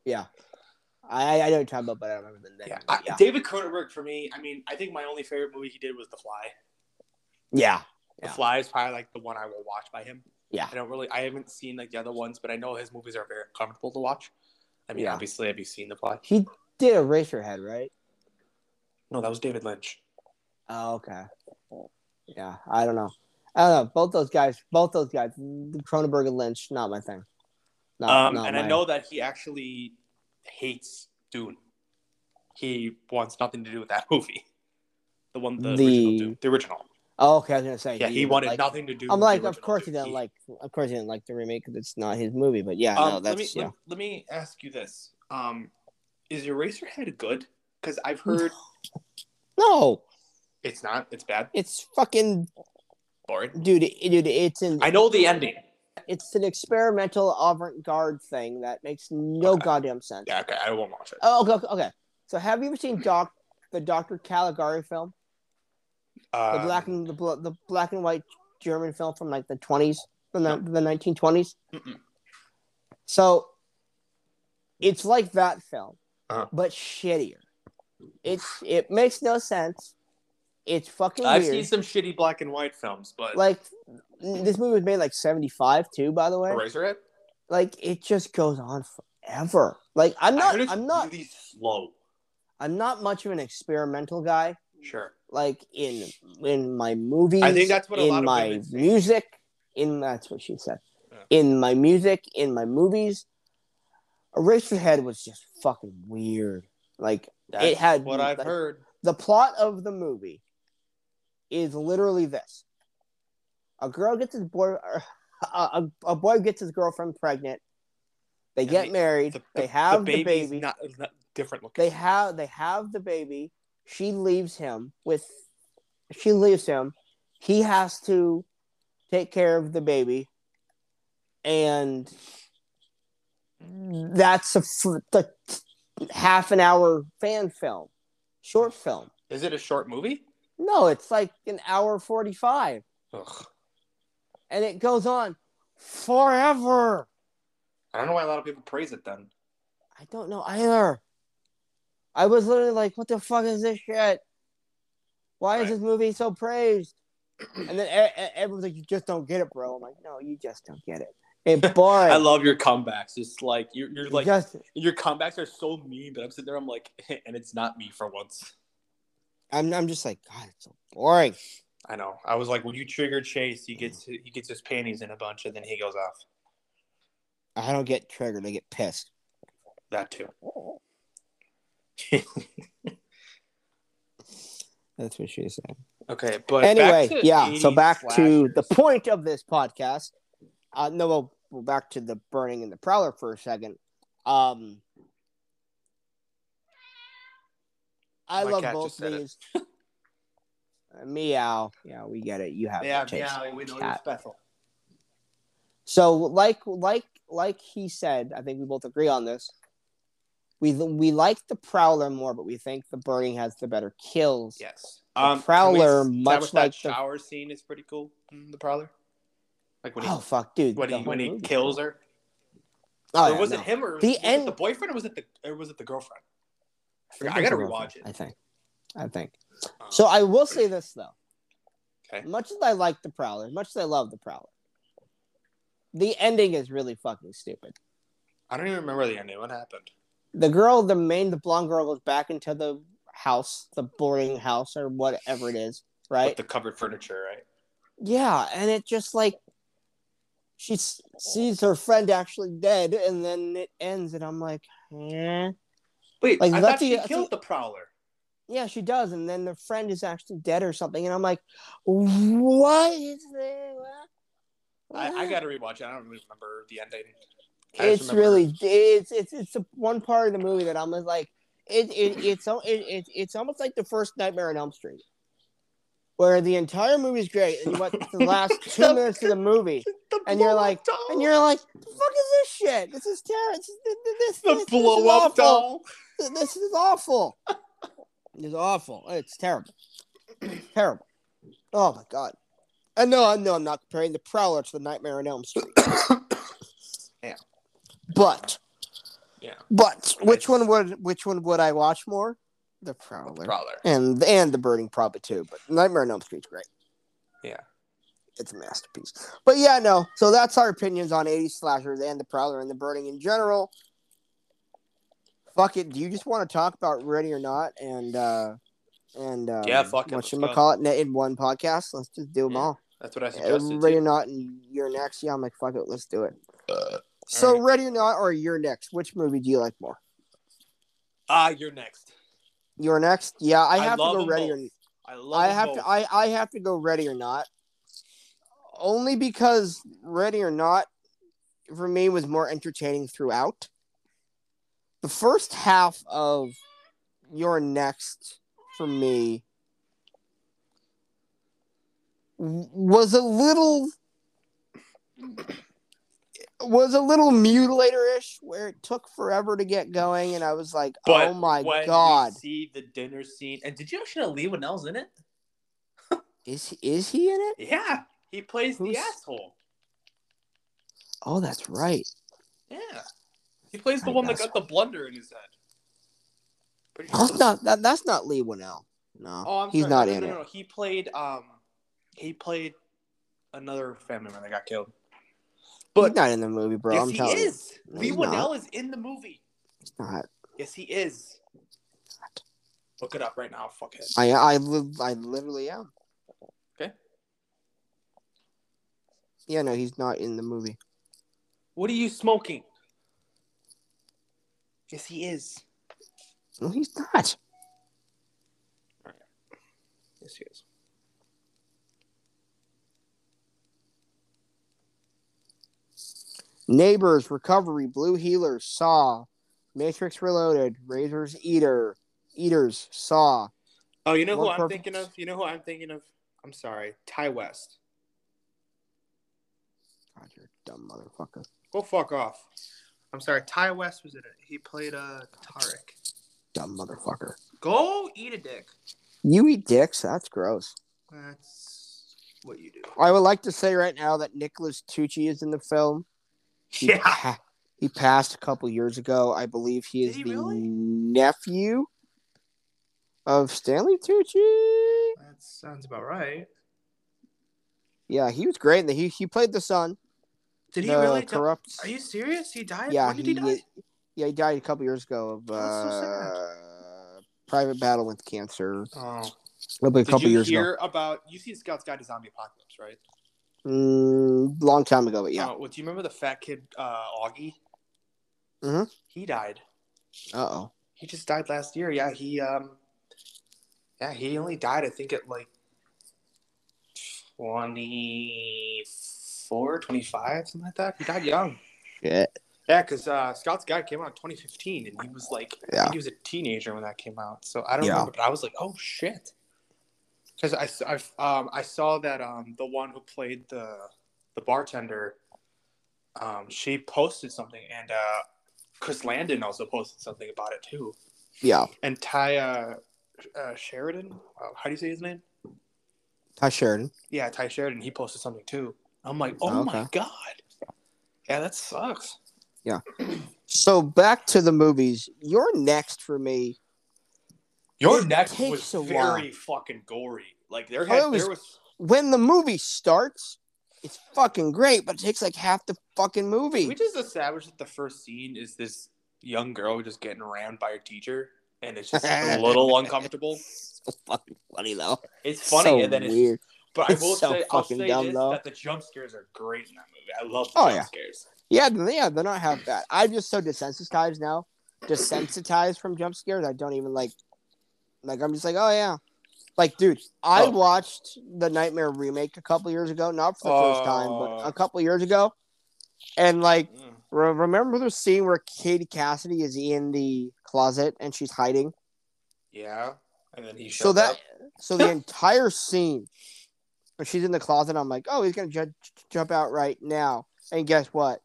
A: I I know what you're talking about, but I don't remember the name.
B: yeah.
A: Yeah,
B: I-
A: yeah.
B: David Cronenberg for me. I mean, I think my only favorite movie he did was The Fly.
A: yeah.
B: The
A: Yeah.
B: Fly is probably like the one I will watch by him.
A: Yeah.
B: I don't really, I haven't seen like the other ones, but I know his movies are very comfortable to watch. I mean,
A: Yeah.
B: obviously, have you seen The Fly?
A: He did erase your head, right?
B: No, that was David Lynch.
A: Oh, okay. Yeah, I don't know. I don't know. Both those guys, both those guys, Cronenberg and Lynch, not my thing. Not,
B: um,
A: not
B: and I
A: my-
B: know that he actually hates Dune. He wants nothing to do with that movie. The one, the,
A: The-
B: original Dune, the original.
A: Oh, okay, I was gonna say.
B: Yeah, he
A: you
B: wanted
A: like-
B: nothing to do.
A: I'm
B: with the
A: like, of
B: original
A: course he
B: Dune.
A: didn't like. Of course he didn't like the remake because it's not his movie. But yeah,
B: Um,
A: no,
B: let
A: that's
B: me
A: yeah.
B: let, let me ask you this: um, Is Eraserhead good? Because I've heard
A: No,
B: it's not. It's bad.
A: it's fucking
B: Boring.
A: dude, it- dude. It's an
B: I know the ending.
A: it's an experimental avant-garde thing that makes no
B: Okay.
A: goddamn sense.
B: Yeah, okay, I won't watch it.
A: Oh, okay, okay, okay. So have you ever seen Doc the Doctor Caligari film, the
B: Um,
A: Uh, black and the, bl- the black and white German film from like the twenties? the ni- the 1920s.
B: Mm-mm.
A: So it's like that film,
B: Uh-huh.
A: but shittier. It's it makes no sense. It's fucking
B: I've
A: weird.
B: seen some shitty black and white films, but
A: Like this movie was made like 75 too, by the way.
B: Eraserhead.
A: Like it just goes on forever. Like I'm
B: I
A: not
B: heard it's
A: I'm not
B: really slow.
A: I'm not much of an experimental guy.
B: Sure.
A: Like in in my movies,
B: I think that's what a
A: in
B: lot of
A: my
B: women think.
A: music, in that's what she said.
B: Yeah.
A: In my music, in my movies, Eraserhead was just fucking weird. Like
B: That's
A: it had
B: what I've
A: like,
B: heard.
A: the plot of the movie is literally this: a girl gets his boy, or a, a, a boy gets his girlfriend pregnant. They
B: And
A: get
B: the-
A: married.
B: The-
A: they have
B: the
A: the
B: baby's
A: baby.
B: Not, is not different looking.
A: They have they have the baby. She leaves him with. She leaves him. He has to take care of the baby, and that's a f- the half an hour fan film, short film.
B: Is it a short movie?
A: No, it's like an hour 45
B: Ugh.
A: and it goes on forever.
B: I don't know why a lot of people praise it then.
A: I don't know either. I was literally like, what the fuck is this shit? Why is
B: Right.
A: this movie so praised? And then e- e- everyone's like, you just don't get it, bro. I'm like, no, you just don't get it. It's boring.
B: I love your comebacks. It's like you're, you're
A: You
B: like
A: just,
B: your comebacks are so mean, but I'm sitting there. I'm like, and it's not me for once.
A: I'm, I'm just like, God, it's so boring.
B: I know. I was like, when you trigger Chase, he gets he gets his panties in a bunch, and then he goes off.
A: I don't get triggered. I get pissed.
B: That too.
A: That's what she said.
B: Okay, but
A: anyway,
B: back to
A: yeah. So
B: 80s
A: back to the
B: slashers.
A: point of this podcast. Uh, no, well, well, back to the burning and the prowler for a second. Um, I
B: My
A: love
B: cat
A: both
B: just said it.
A: these. Uh, meow. Yeah, we get it. You have
B: Yeah,
A: no taste.
B: yeah, we know you're
A: Cat.
B: special.
A: So, like, like, like he said, I think we both agree on this. We we like the prowler more, but we think the burning has the better kills.
B: Yes.
A: The
B: Um,
A: Prowler,
B: can we
A: much
B: establish that
A: like the-
B: shower scene, is pretty cool. in The Prowler, like when he
A: Oh fuck, dude!
B: when
A: the
B: he
A: whole
B: when he
A: movie.
B: kills her.
A: Oh,
B: or
A: yeah,
B: was
A: no.
B: it him or was
A: The
B: it
A: end-
B: the boyfriend or was it the or was it the girlfriend?
A: think
B: I
A: it's a
B: gotta rewatch it.
A: girlfriend, I think. I think.
B: Um,
A: So I will say this though.
B: Okay.
A: Much as I like the Prowler, as much as I love the Prowler, the ending is really fucking stupid.
B: I don't even remember the ending. What happened?
A: The girl, the main, the blonde girl goes back into the house, the boarding house or whatever it is, right?
B: With the covered furniture, right?
A: yeah, and it just like she s- sees her friend actually dead, and then it ends, and I'm like, eh.
B: Wait,
A: Like,
B: I
A: that's
B: thought she
A: the- uh,
B: killed the Prowler.
A: yeah, she does, and then the friend is actually dead or something, and I'm like, what is this?
B: I, I gotta rewatch it. I don't really remember the ending. I just
A: it's
B: remember-
A: really it's it's it's the one part of the movie that I'm just like it, it it's al- it, it, it's almost like the first Nightmare on Elm Street, where the entire movie's great and you watch the last two minutes of the movie
B: The
A: and you're
B: blow-up
A: like-
B: doll!
A: and you're like, "The fuck is this shit? This is terrible. This, this, this,
B: the
A: this is
B: blow up
A: awful.
B: doll.
A: This is awful. It's awful. It's terrible. It's terrible. Oh my god. And no, no, I'm not comparing the Prowler to the Nightmare on Elm Street.
B: Yeah.
A: But
B: Yeah,
A: but which
B: Nice.
A: one would which one would I watch more? The Prowler.
B: Prowler.
A: And and the Burning probably too, but Nightmare on Elm Street's great.
B: Yeah.
A: It's a masterpiece. But yeah, no. So that's our opinions on 80s slashers and the Prowler and the Burning in general. Fuck it. Do you just want to talk about Ready or Not and uh and um,
B: Yeah, fuck it,
A: what
B: let's
A: you call it in one podcast? Let's just do them
B: Yeah.
A: all.
B: That's what I
A: Yeah,
B: suggested.
A: Ready
B: too.
A: or not, and you're next. Yeah, I'm like, fuck it, let's do it.
B: Uh,
A: so,
B: alright.
A: ready or not, or you're next. Which movie do you like more?
B: Ah, you're next.
A: You're next. Yeah, I
B: I
A: have
B: love
A: to go
B: them
A: ready
B: both.
A: or
B: I love.
A: I
B: them
A: have
B: both.
A: to I oh I have to go ready or not. Only because ready or not for me was more entertaining throughout. The first half of your next for me w- was a little was a little mutilator-ish where it took forever to get going and I was like,
B: But
A: "Oh my
B: when
A: god.
B: You see the dinner scene, and did you know Shana Lee Winnell's in it?
A: Is he, is he in it?"
B: Yeah, he plays
A: Who's-
B: the asshole.
A: Oh, that's right.
B: Yeah, he plays the
A: I
B: one that
A: guess.
B: got the blunder in his head. Pretty sure.
A: That's not that, that's not Lee Winnell. No,
B: Oh, I'm
A: he's
B: sorry.
A: not
B: no,
A: in
B: no,
A: it.
B: No, no. He played. Um, he played another family member that got killed.
A: he's
B: But
A: not in the movie, bro.
B: yes,
A: I'm
B: he
A: telling you,
B: is.
A: No,
B: Lee
A: he's
B: Winnell is in the movie.
A: he's not.
B: Yes, he is. Look it up right now. Fuck it.
A: I I li- I literally am.
B: Okay.
A: Yeah, no, he's not in the movie.
B: What are you smoking? Yes, he is.
A: No, he's not.
B: Yes, he is.
A: Neighbors, Recovery, Blue Healers, Saw, Matrix Reloaded, Razor's Eater, Eaters, Saw.
B: Oh, you know who
A: One
B: I'm
A: perfect-
B: thinking of? You know who I'm thinking of? I'm sorry, Ty West.
A: God, you're a dumb motherfucker.
B: Go fuck off. I'm sorry, Ty West was in it. He played uh Tarek.
A: Dumb motherfucker.
B: Go eat a dick.
A: You eat dicks? That's gross.
B: That's what you do.
A: I would like to say right now that Nicholas Tucci is in the film. He
B: Yeah.
A: pa- he passed a couple years ago. I believe he
B: Did
A: is
B: he
A: the
B: really?
A: nephew of Stanley Tucci.
B: That sounds about right.
A: Yeah, he was great. In the, he he played the son.
B: Did he
A: the
B: really? die-
A: corrupt?
B: Are you serious? He died?
A: Yeah,
B: when did he,
A: he-
B: die?
A: Yeah, he died a couple years ago of
B: That's so sad.
A: uh, private battle with cancer.
B: Oh.
A: Probably a
B: Did
A: couple
B: you
A: years ago,
B: hear about you see Scout's Guide to Zombie Apocalypse, right?
A: mm, long time ago. But yeah.
B: Uh, well, do you remember the fat kid uh, Augie?
A: Mhm.
B: He died.
A: Uh oh.
B: He just died last year. Yeah, he um, yeah, he only died. I think at like 24, 25, something like that. He died young.
A: Shit.
B: Yeah, because uh, Scott's Guy came out in 2015, and he was like, I
A: Yeah.
B: think he was a teenager when that came out. So I don't
A: Yeah.
B: remember, but I was like, oh shit, because I, s- I've, um, I saw that um, the one who played the the bartender, um, she posted something, and uh, Chris Landon also posted something about it too,
A: Yeah.
B: and Ty uh, uh, Sheridan, uh, how do you say his name?
A: Ty Sheridan.
B: Yeah, Ty Sheridan. He posted something too. I'm like, oh my
A: Okay.
B: god, yeah, that sucks.
A: So back to the movies. You're next for me.
B: Your
A: It
B: neck
A: takes
B: was
A: a
B: very fucking gory. Like there
A: Oh,
B: had
A: it was-
B: there was
A: when the movie starts, it's fucking great, but it takes like half the fucking movie.
B: we just established that the first scene is this young girl just getting rammed by her teacher and it's just a little uncomfortable.
A: so fucking funny though.
B: It's funny
A: so
B: and then it's
A: weird.
B: but I
A: It's
B: will
A: so
B: say I'll
A: fucking
B: say
A: dumb,
B: this,
A: though.
B: that the jump scares are great in that movie. I love the
A: Oh,
B: jump
A: yeah.
B: scares.
A: Yeah, th- yeah, they don't have that. I'm just so desensitized now, desensitized from jump scares. I don't even like, like I'm just like, oh yeah, like dude, I
B: Oh.
A: watched the Nightmare remake a couple years ago, not for the first time, but
B: Oh.
A: a couple years ago, and like
B: Mm.
A: re- remember the scene where Katie Cassidy is in the closet and she's hiding.
B: Yeah. And then he
A: so
B: shows
A: that
B: up.
A: so the entire scene when she's in the closet i'm like oh he's gonna ju- jump out right now and guess what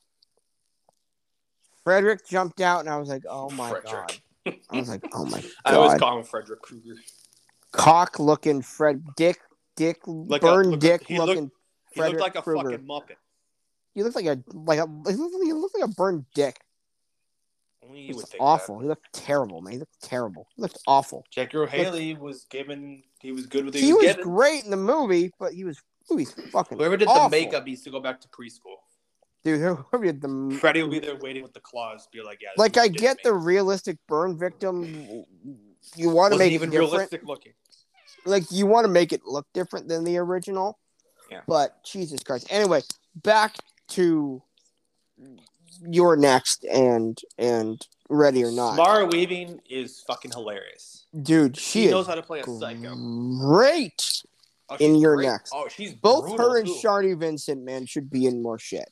A: frederick jumped out and i was like oh my
B: Frederick.
A: god i was like oh my
B: I always
A: god
B: call him Frederick Krueger.
A: cock looking fred dick dick
B: Like a-
A: burn
B: look-
A: dick
B: he
A: looking
B: He looked
A: Frederick
B: like a
A: Krueger.
B: fucking Muppet.
A: you look like a like a he looked, he looked like a burned dick
B: Only you
A: He
B: would
A: was
B: think that.
A: awful he looked terrible man he looked terrible he looked awful
B: Jack O'Haley was given he was good with what
A: he was
B: getting.
A: great in the movie but he was ooh, he's fucking
B: Whoever did
A: awful.
B: the makeup needs to go back to preschool.
A: dude whoever did the
B: Freddie will be there waiting with the claws, be like, yeah. this
A: like
B: dude
A: I
B: did
A: get
B: make-
A: the realistic burn victim. You want to
B: wasn't
A: make
B: even
A: it different.
B: realistic looking.
A: Like you want to make it look different than the original.
B: Yeah.
A: But Jesus Christ. Anyway, back to your next and and ready or not,
B: Mara Weaving is fucking hilarious.
A: dude. She,
B: She
A: is
B: knows how to play a psycho.
A: great.
B: Oh,
A: in
B: she's
A: your
B: great.
A: next.
B: Oh, she's
A: Both
B: brutal,
A: her and
B: too.
A: Shardy Vincent, man, should be in more shit.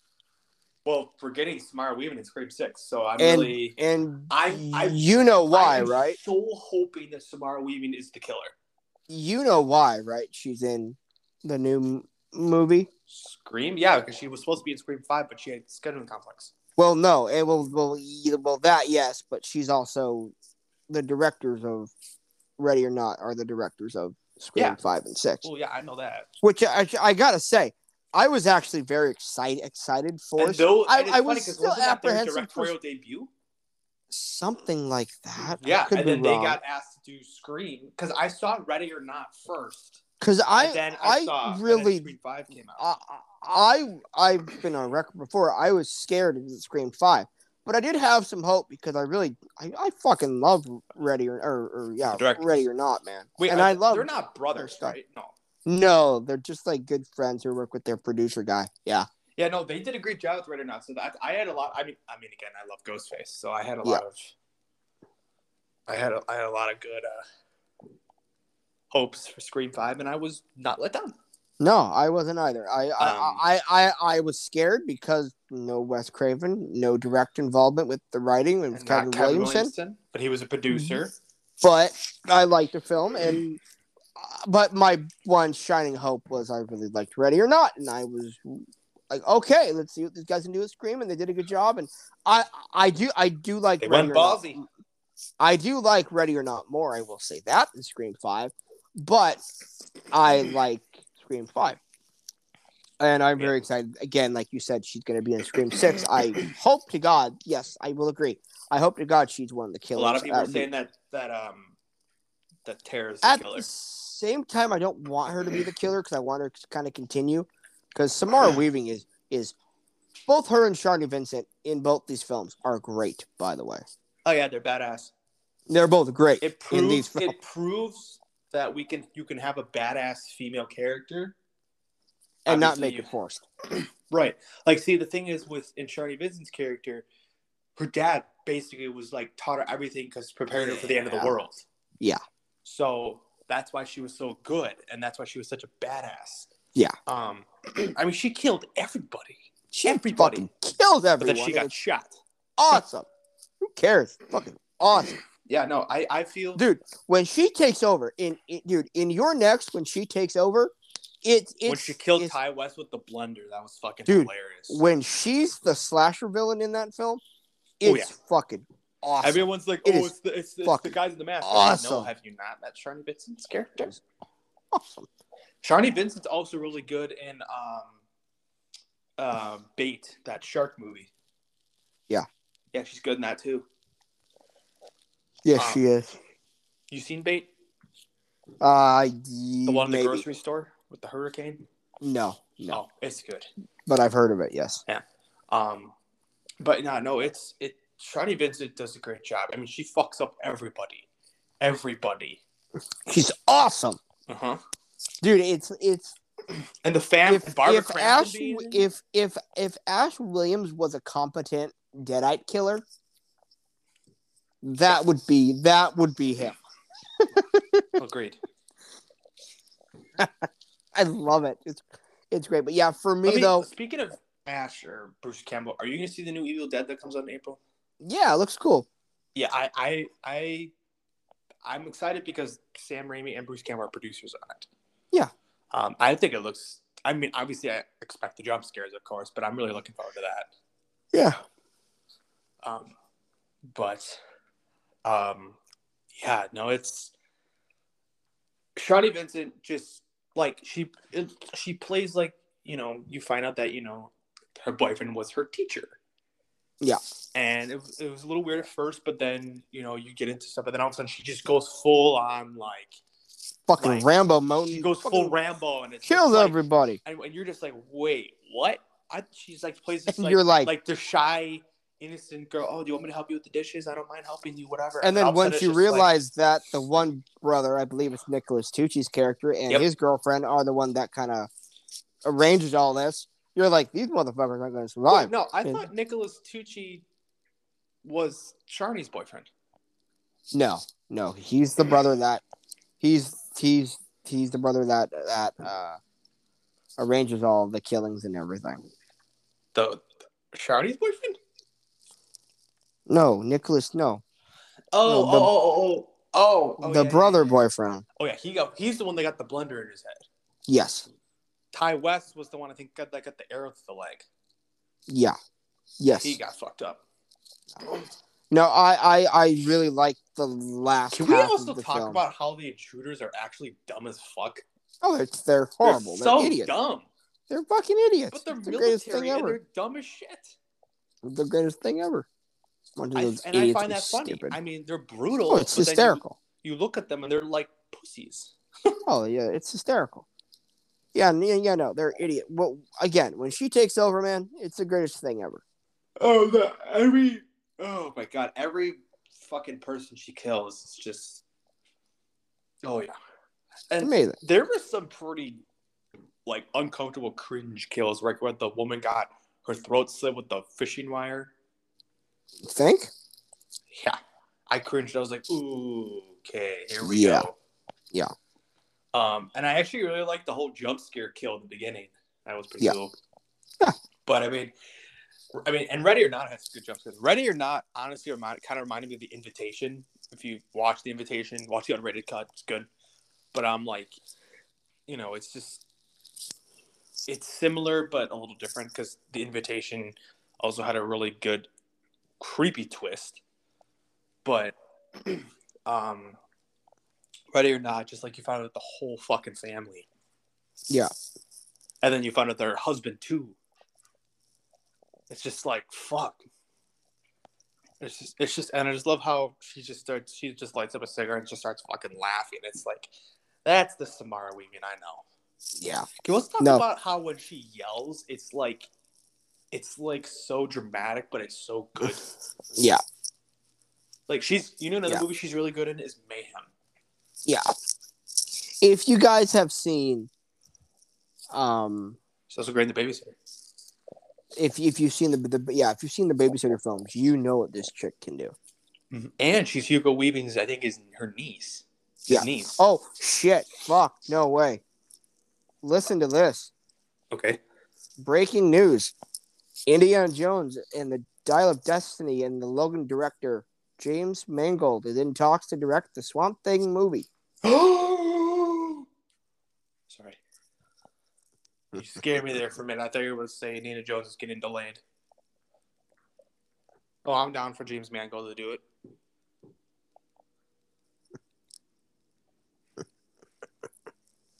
B: Well, we're getting Mara Weaving in Scream Six, so I'm
A: And-
B: really.
A: And
B: I- I-
A: you know why,
B: I'm
A: right?
B: So hoping that Samara Weaving is the killer.
A: You know why, right? She's in the new m- movie.
B: Scream, yeah, because she was supposed to be in Scream Five, but she had scheduling conflicts.
A: Well, no, and well, well, y- well, that yes, but she's also the directors of Ready or Not are the directors of Scream
B: Yeah.
A: Five and Six,
B: Well, yeah, I know that.
A: which I, I gotta say, I was actually very excited excited for.
B: And though
A: I-
B: and it's
A: I
B: funny
A: was
B: 'cause
A: still
B: wasn't that their
A: apprehensive for-
B: directorial debut?
A: something like that.
B: Yeah,
A: could
B: and
A: be
B: then
A: wrong.
B: they got asked to do Scream because I saw Ready or Not first.
A: because I
B: and then I,
A: I,
B: saw and then
A: really
B: Scream Five came out.
A: I, I I've been on record before. I was scared of Scream Five, but I did have some hope because I really I, I fucking love Ready or or, or yeah
B: Directors.
A: Ready or Not, man.
B: Wait,
A: and
B: are-
A: I love
B: they're not brothers,
A: stuff.
B: right? No.
A: no, they're just like good friends who work with their producer guy. Yeah,
B: Yeah, no, they did a great job with Ready or Not. So that I had a lot. I mean, I mean, again, I love Ghostface, so I had a lot of. I had a, I had a lot of good uh, hopes for Scream Five, and I was not let down.
A: no, I wasn't either. I
B: Um,
A: I, I, I I was scared because no Wes Craven, no direct involvement with the writing and
B: And
A: with
B: not
A: Kevin Williamson. Mm-hmm.
B: but he was a producer.
A: but I liked the film, and uh, but my one shining hope was I really liked Ready or Not, and I was like, okay, let's see what these guys can do with Scream, and they did a good job, and I I do I do like
B: They
A: Ready
B: went
A: or Not.
B: ballsy.
A: I do like Ready or Not more. I will say that than Scream Five, but I
B: Mm-hmm.
A: like Scream Five. And I'm very
B: Yeah.
A: excited. Again, like you said, she's going to be in Scream Six. I hope to God, yes, I will agree. I hope to God she's one of the
B: A
A: killers.
B: lot of people
A: Uh,
B: are saying that that um that Tara's the
A: at
B: killer.
A: the same time, I don't want her to be the killer because I want her to kind of continue. Because Samara Weaving is is both her and Sharni Vincent in both these films are great. By the way,
B: Oh yeah, they're badass.
A: they're both great.
B: It
A: In these
B: proves it proves that we can you can have a badass female character
A: and not
B: obviously
A: make it forced.
B: Right. Like, see, the thing is with in Sharni Vincent's character, her dad basically was like taught her everything because prepared her for the end of the
A: Yeah.
B: world.
A: Yeah.
B: So that's why she was so good, and that's why she was such a badass.
A: Yeah.
B: Um, I mean, she killed everybody,
A: She
B: Everybody.
A: fucking kills
B: but
A: everyone.
B: then she
A: and
B: got
A: it's
B: shot.
A: awesome. Who cares? Fucking awesome,
B: Yeah. No, I I feel
A: dude. When she takes over, in, in- dude, in your next, when she takes over, it's it's
B: when she killed
A: it's-
B: Ty West with the blunder, that was fucking
A: Dude,
B: hilarious.
A: when she's the slasher villain in that film,
B: Oh,
A: it's fucking awesome.
B: Everyone's like,
A: It
B: "Oh,
A: is
B: it's the it's, it's the
A: fucking
B: guys in the mask." I'm like, No,
A: awesome.
B: have you not met Sharni Vincent's character?
A: awesome.
B: Sharni Vincent's also really good in um, uh, Bait, that shark movie.
A: Yeah.
B: Yeah, she's good in that too.
A: Yes,
B: Um,
A: she is.
B: You seen Bait?
A: Uh,
B: The one in
A: maybe.
B: the grocery store with the hurricane?
A: No, no.
B: Oh, it's good.
A: But I've heard of it. Yes.
B: Um, but no, no, it's it. Sharni Vincent does a great job. I mean, she fucks up everybody, everybody.
A: She's awesome,
B: Uh huh.
A: dude. It's it's
B: And the fam,
A: if
B: Barbara
A: if
B: Crampton
A: Ash
B: being in it?
A: if if if Ash Williams was a competent deadite killer, that would be that would be him.
B: agreed.
A: I love it. It's it's great. But yeah, for me
B: Let me-
A: though,
B: speaking of Ash or Bruce Campbell, are you gonna see the new Evil Dead that comes out in April?
A: yeah, it looks cool.
B: Yeah, I, I, I, I'm excited because Sam Raimi and Bruce Campbell are producers on it.
A: Yeah.
B: um, I think it looks. I mean, obviously, I expect the jump scares, of course, but I'm really looking forward to that.
A: Yeah.
B: Um, but, um, yeah, no, it's Shawty Vincent. Just like she, it, she plays like you know. You find out that you know her boyfriend was her teacher.
A: Yeah.
B: And it, was- it was a little weird at first, but then, you know, you get into stuff, and then all of a sudden she just goes full on, like,
A: Fucking
B: Like,
A: Rambo moan.
B: she goes full Rambo and it's just
A: kills
B: like,
A: everybody.
B: And, and you're just like, wait, what? I, she's like, plays this,
A: And
B: like,
A: you're like,
B: like the shy, innocent girl. Oh, do you want me to help you with the dishes? I don't mind helping you, whatever.
A: And
B: all
A: then
B: of a sudden
A: once
B: it's
A: you
B: just like-
A: realize that the one brother, I believe it's Nicholas Tucci's character, and
B: Yep.
A: his girlfriend are the one that kind of arranges all this, you're like, these motherfuckers aren't going to survive.
B: Wait, no, I
A: and-
B: thought Nicholas Tucci was Charney's boyfriend.
A: No, no, he's the brother that he's he's he's the brother that that uh, arranges all the killings and everything.
B: The, the Charney's boyfriend?
A: No, Nicholas, no,
B: Oh,
A: No, the-
B: oh, oh, oh, oh, oh.
A: the
B: yeah, yeah,
A: brother
B: yeah.
A: boyfriend.
B: Oh yeah, he got he's the one that got the blunder in his head.
A: Yes,
B: Ty West was the one I think got, that got the arrow through the leg.
A: yeah, yes.
B: He got fucked up.
A: No, I I I really like the last.
B: Can we
A: half
B: also
A: of the
B: talk
A: film.
B: about how the intruders are actually dumb as fuck?
A: Oh, it's they're horrible. They're,
B: They're so
A: idiots.
B: dumb.
A: They're fucking idiots.
B: But they're
A: It's the
B: military
A: greatest thing
B: and
A: ever.
B: they're dumb as shit.
A: It's The greatest thing ever. Bunch of
B: I,
A: those
B: and I
A: idiots
B: find
A: are
B: that funny.
A: stupid.
B: I mean, they're brutal.
A: oh, it's
B: but then you-
A: hysterical.
B: You, look at them and they're like pussies.
A: Oh yeah, it's hysterical. Yeah, n- yeah, yeah, no, they're idiot. Well, again, when she takes over, man, it's the greatest thing ever.
B: Oh, the, every. Oh my god, every fucking person she kills is just. Oh yeah, and
A: Amazing.
B: there were some pretty like uncomfortable cringe kills like where the woman got her throat slit with the fishing wire
A: You Think?
B: yeah i cringed i was like ooh okay here we
A: Yeah.
B: go
A: Yeah.
B: um and i actually really liked the whole jump scare kill in the beginning that was pretty
A: Yeah.
B: cool
A: Yeah.
B: but i mean i mean and ready or not has good jump scares ready or not honestly remind, kind of reminded me of the invitation if you watch the invitation watch the unrated cut it's good but i'm like you know it's just it's similar but a little different because the invitation also had a really good creepy twist but um ready or not just like you found out the whole fucking family
A: Yeah.
B: and then you found out their husband too it's just like fuck it's just it's just and i just love how she just starts she just lights up a cigarette and just starts fucking laughing it's like that's the samara we mean i know
A: Yeah.
B: Okay, let's talk
A: No.
B: about how when she yells, it's like, it's like so dramatic, but it's so good.
A: Yeah.
B: Like she's, you know, another
A: Yeah.
B: movie she's really good in is Mayhem.
A: Yeah. If you guys have seen um
B: She's also great in The Babysitter.
A: if if you've seen the, the yeah, if you've seen the babysitter films, you know what this chick can do.
B: And she's Hugo Weaving's, I think, is her niece. His
A: Yeah.
B: niece.
A: Oh shit, fuck, no way. Listen to this.
B: Okay.
A: Breaking news. Indiana Jones and the Dial of Destiny and the Logan director James Mangold is in talks to direct the Swamp Thing movie.
B: Sorry. You scared me there for a minute. I thought you were going to say Nina Jones is getting delayed. Oh, I'm down for James Mangold to do it.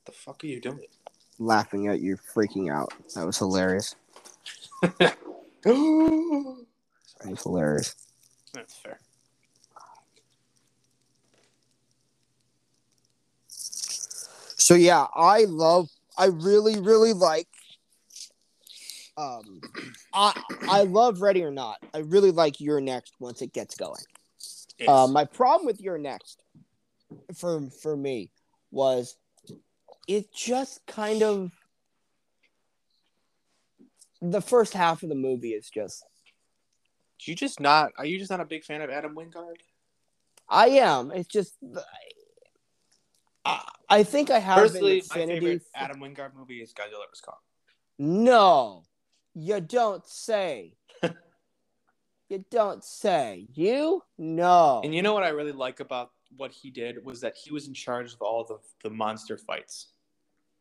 B: the fuck are you doing?
A: Laughing at you, freaking out. That was hilarious. That
B: Sorry.
A: was hilarious.
B: That's fair.
A: So yeah, I love. I really, really like. Um, I I love Ready or Not. I really like Your Next once it gets going.
B: Yes.
A: Uh, my problem with Your Next, for for me, was it just kind of the first half of the movie is just
B: Do you just not? Are you just not a big fan of Adam Wingard?
A: I am. It's just I, I think I have an
B: Personally, my
A: affinity.
B: favorite
A: for-
B: Adam Wingard movie is Godzilla vs Kong.
A: No, you don't say. you don't say. You no.
B: And you know what I really like about what he did was that he was in charge of all the, the monster fights.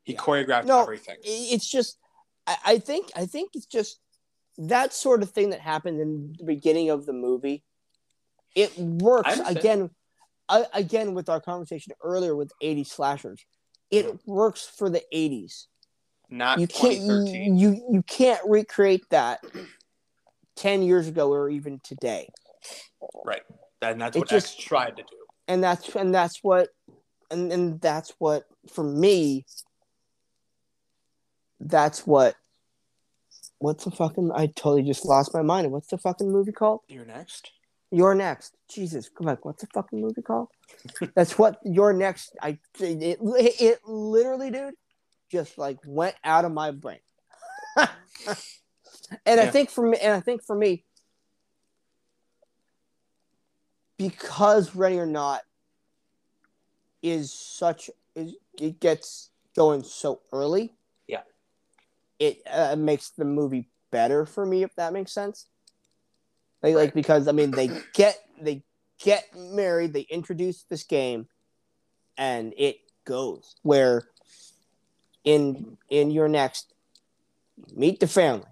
B: He
A: Yeah.
B: choreographed
A: No,
B: everything.
A: I- it's just I, I think I think it's just that sort of thing that happened in the beginning of the movie. It
B: I
A: works
B: understand.
A: again, I, again with our conversation earlier with '80s slashers. It works for the '80s.
B: Not
A: You can't
B: 2013.
A: you you can't recreate that ten years ago or even today.
B: right. And that's
A: It
B: what X
A: just-
B: tried to do.
A: and that's and that's what and, and that's what for me that's what what's the fucking i totally just lost my mind what's the fucking movie called
B: You're next.
A: you're next jesus like what's the fucking movie called that's what you're next i it, it literally dude just like went out of my brain and i
B: Yeah.
A: think for me and i think for me because ready or not is such is, it gets going so early
B: Yeah.
A: it uh, makes the movie better for me if that makes sense like, like because i mean they get they get married they introduce this game and it goes where in in your next meet the family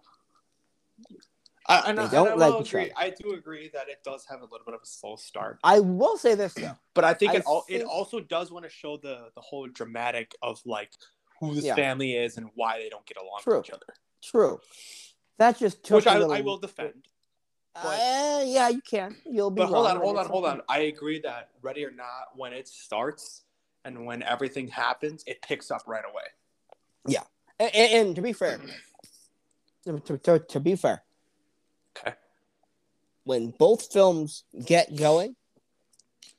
B: I, and I,
A: They
B: and
A: don't
B: I will
A: like each
B: agree. I do agree that it does have a little bit of a slow start.
A: i will say this though
B: But I think
A: I
B: it all it
A: think-
B: also does want to show the the whole dramatic of like who this
A: Yeah.
B: family is and why they don't get along
A: True.
B: with each other.
A: True. That just took
B: Which
A: a
B: I,
A: little-
B: I will defend. but-
A: Uh, yeah, you can. You'll be.
B: But hold
A: wrong,
B: on, hold
A: and
B: on,
A: it's
B: hold
A: okay.
B: on. I agree that Ready or Not, when it starts and when everything happens, it picks up right away.
A: And, and, and to be fair, to, to- to- to be fair,
B: Okay.
A: when both films get going,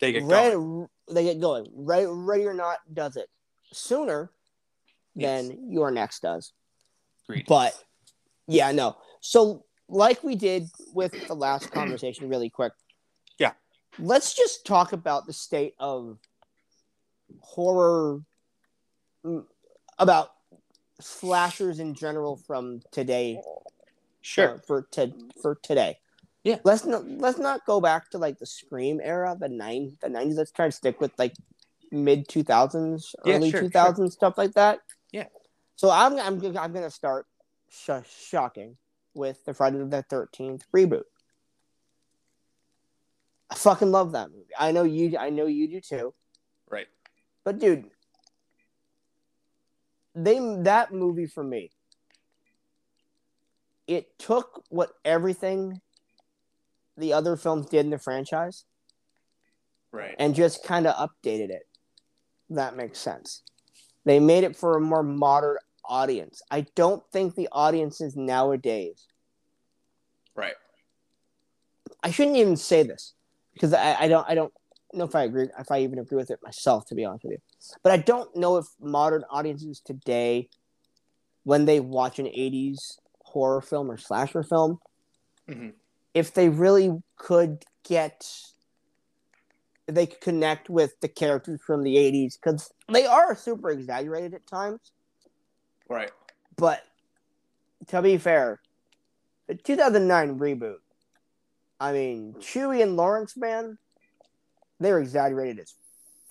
B: They get
A: Ready-
B: going.
A: they get going. Ready, Ready or Not does it sooner
B: Yes.
A: than Your Next does.
B: Agreed.
A: But yeah, no. So like we did with the last conversation, really quick.
B: Yeah.
A: Let's just talk about the state of horror mm, about slashers in general from today
B: Sure.
A: uh, for for, to, for today.
B: Yeah.
A: Let's not let's not go back to like the Scream era, the nine the nineties. Let's try to stick with like mid two thousands,
B: Yeah,
A: early
B: sure,
A: two thousands stuff like that.
B: Yeah.
A: So I'm I'm g- I'm gonna start sh- shocking with the Friday the Thirteenth reboot. I fucking love that movie. I know you. I know you do too.
B: Right.
A: But dude, they that movie for me. It took what everything the other films did in the franchise
B: Right.
A: and just kind of updated it. If That makes sense. They made it for a more modern audience. I don't think the audiences nowadays.
B: Right.
A: I shouldn't even say this because I, I don't I don't know if I agree if I even agree with it myself to be honest with you. But I don't know if modern audiences today, when they watch an '80s horror film or slasher film,
B: Mhm.
A: if they really could get if they could connect with the characters from the 80s because they are super exaggerated at times
B: Right.
A: but to be fair the 2009 reboot i mean chewie and lawrence man they're exaggerated as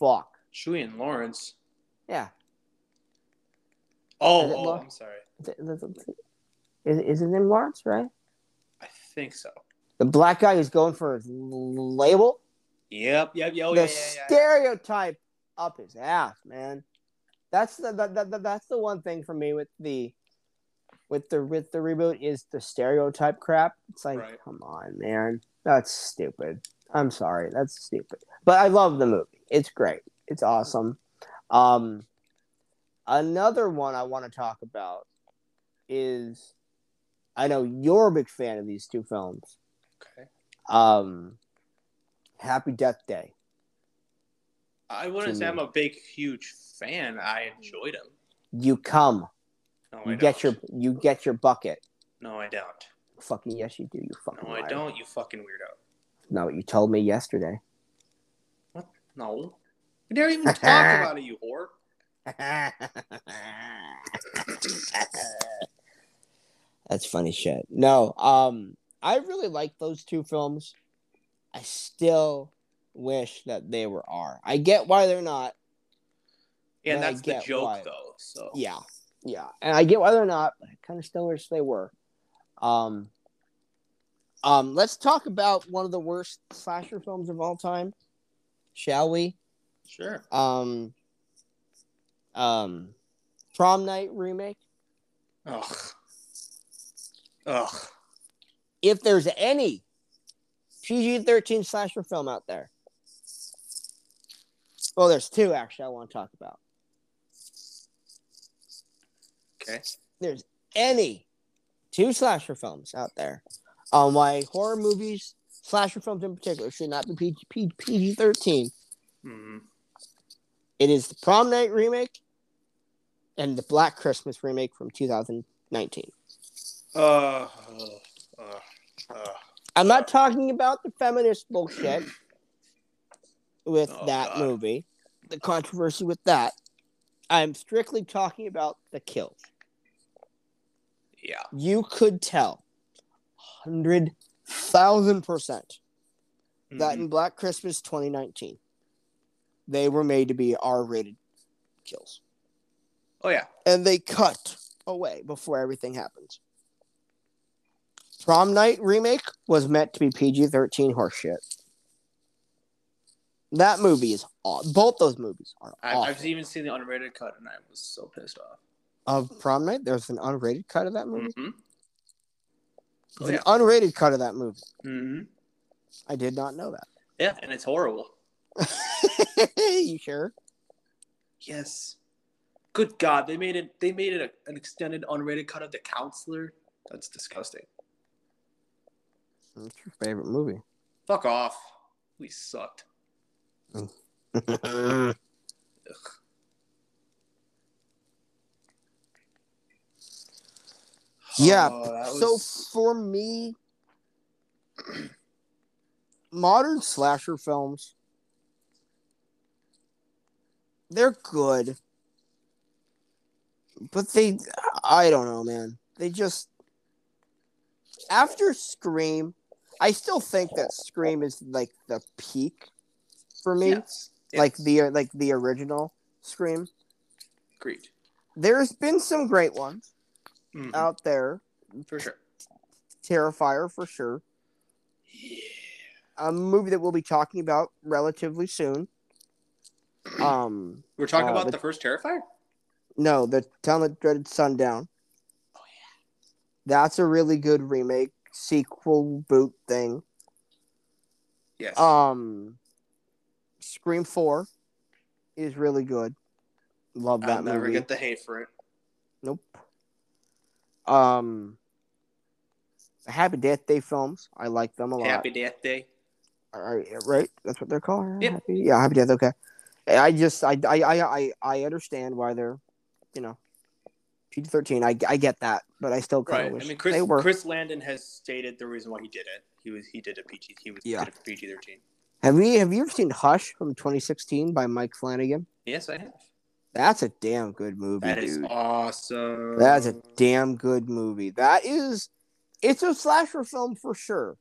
A: fuck
B: Chewie and Lawrence.
A: yeah Is
B: Oh,
A: it
B: oh,
A: Law-
B: I'm sorry.
A: Th- th- th- is, is his name lawrence right
B: I think so.
A: the black guy who's going for his l- label
B: Yep. Yep. Yo.
A: the
B: Oh, yeah, yeah, yeah.
A: stereotype up his ass, man. That's the, the, the, the- that's the one thing for me with the with the with the reboot is the stereotype crap. It's like,
B: Right.
A: come on, man, that's stupid. I'm sorry, that's stupid. But I love the movie. It's great. It's awesome. Um, another one I want to talk about is I know you're a big fan of these two films.
B: Okay.
A: Um, Happy Death Day.
B: I wouldn't
A: To
B: say
A: me.
B: I'm a big, huge fan. I enjoyed him.
A: You come.
B: No, I
A: You
B: don't.
A: get your you get your bucket.
B: No, I don't.
A: Fucking yes, you do. You fucking.
B: No, I
A: liar.
B: don't. You fucking weirdo.
A: No, you told me yesterday.
B: No. We never even talked about it, you whore.
A: That's funny shit. No, um, I really like those two films. I still wish that they were R. I get why they're not.
B: And
A: But I
B: that's the
A: get
B: joke,
A: why.
B: though. So
A: Yeah, yeah, and I get why they're not. But I kind of still wish they were. Um, um, let's talk about one of the worst slasher films of all time, shall we?
B: sure.
A: Um, um, prom night remake.
B: Ugh. Ugh.
A: If there's any PG thirteen slasher film out there, well, there's two actually I want to talk about.
B: Okay.
A: there's any two slasher films out there on why horror movies, slasher films in particular, should not be PG 13,
B: Mhm.
A: it is the Prom Night remake and the Black Christmas remake from 2019.
B: Ugh. Ugh. Ugh. Ugh.
A: I'm not talking about the feminist bullshit with
B: Oh,
A: that
B: God.
A: movie, the controversy with that. I'm strictly talking about the kills.
B: Yeah.
A: You could tell 100,000%. that
B: Mhm.
A: in Black Christmas 2019, they were made to be R rated kills.
B: Oh yeah.
A: And they cut away before everything happens. Prom Night remake was meant to be PG 13 horseshit. That movie is aw- both those movies are
B: I,
A: awful.
B: I've even seen the unrated cut, and I was so pissed off.
A: of Prom Night. There's an unrated cut of that movie.
B: Mm-hmm. Oh,
A: There's
B: yeah.
A: An unrated cut of that movie.
B: Mm-hmm.
A: I did not know
B: yeah, and it's horrible.
A: that. you sure?
B: Yes. Good God, they made it. They made it a, an extended unrated cut of the counselor. That's disgusting.
A: It's your favorite movie.
B: Fuck off. We sucked.
A: Yeah,
B: Oh, that
A: so
B: was-
A: for me, modern slasher films, they're good, but they, I don't know, man. They just, after Scream, I still think that Scream is like the peak for me,
B: yes. Yeah,
A: like the like the original Scream.
B: agreed.
A: There's been some great ones
B: Mhm,
A: out there.
B: for sure.
A: Terrifier for sure. a movie that we'll be talking about relatively soon. Um,
B: We're talking
A: Uh,
B: about
A: but-
B: the first Terrifier.
A: no, the Town That Dreaded Sundown.
B: Oh,
A: yeah, that's a really good remake sequel boot thing.
B: Yes.
A: Um, Scream Four is really good. Love that
B: I'll never
A: movie.
B: get the hate for it.
A: Nope. Um, the Happy Death Day films. I like them a lot.
B: Happy Death Day.
A: All right, right? That's what they're called.
B: Yep.
A: Happy, yeah, happy death. Okay. I just I I I I, I understand why they're, you know, PG thirteen. I I get that, but I still kind
B: Right.
A: of
B: I
A: wish
B: mean, Chris
A: they were.
B: Chris Landon has stated the reason why he did it. He was he did a PG. He was
A: Yeah.
B: did a PG thirteen.
A: Have you have you ever seen Hush from twenty sixteen by Mike Flanagan?
B: Yes, I have.
A: That's a damn good movie,
B: That is
A: dude.
B: awesome.
A: That's a damn good movie. That is, it's a slasher film for sure,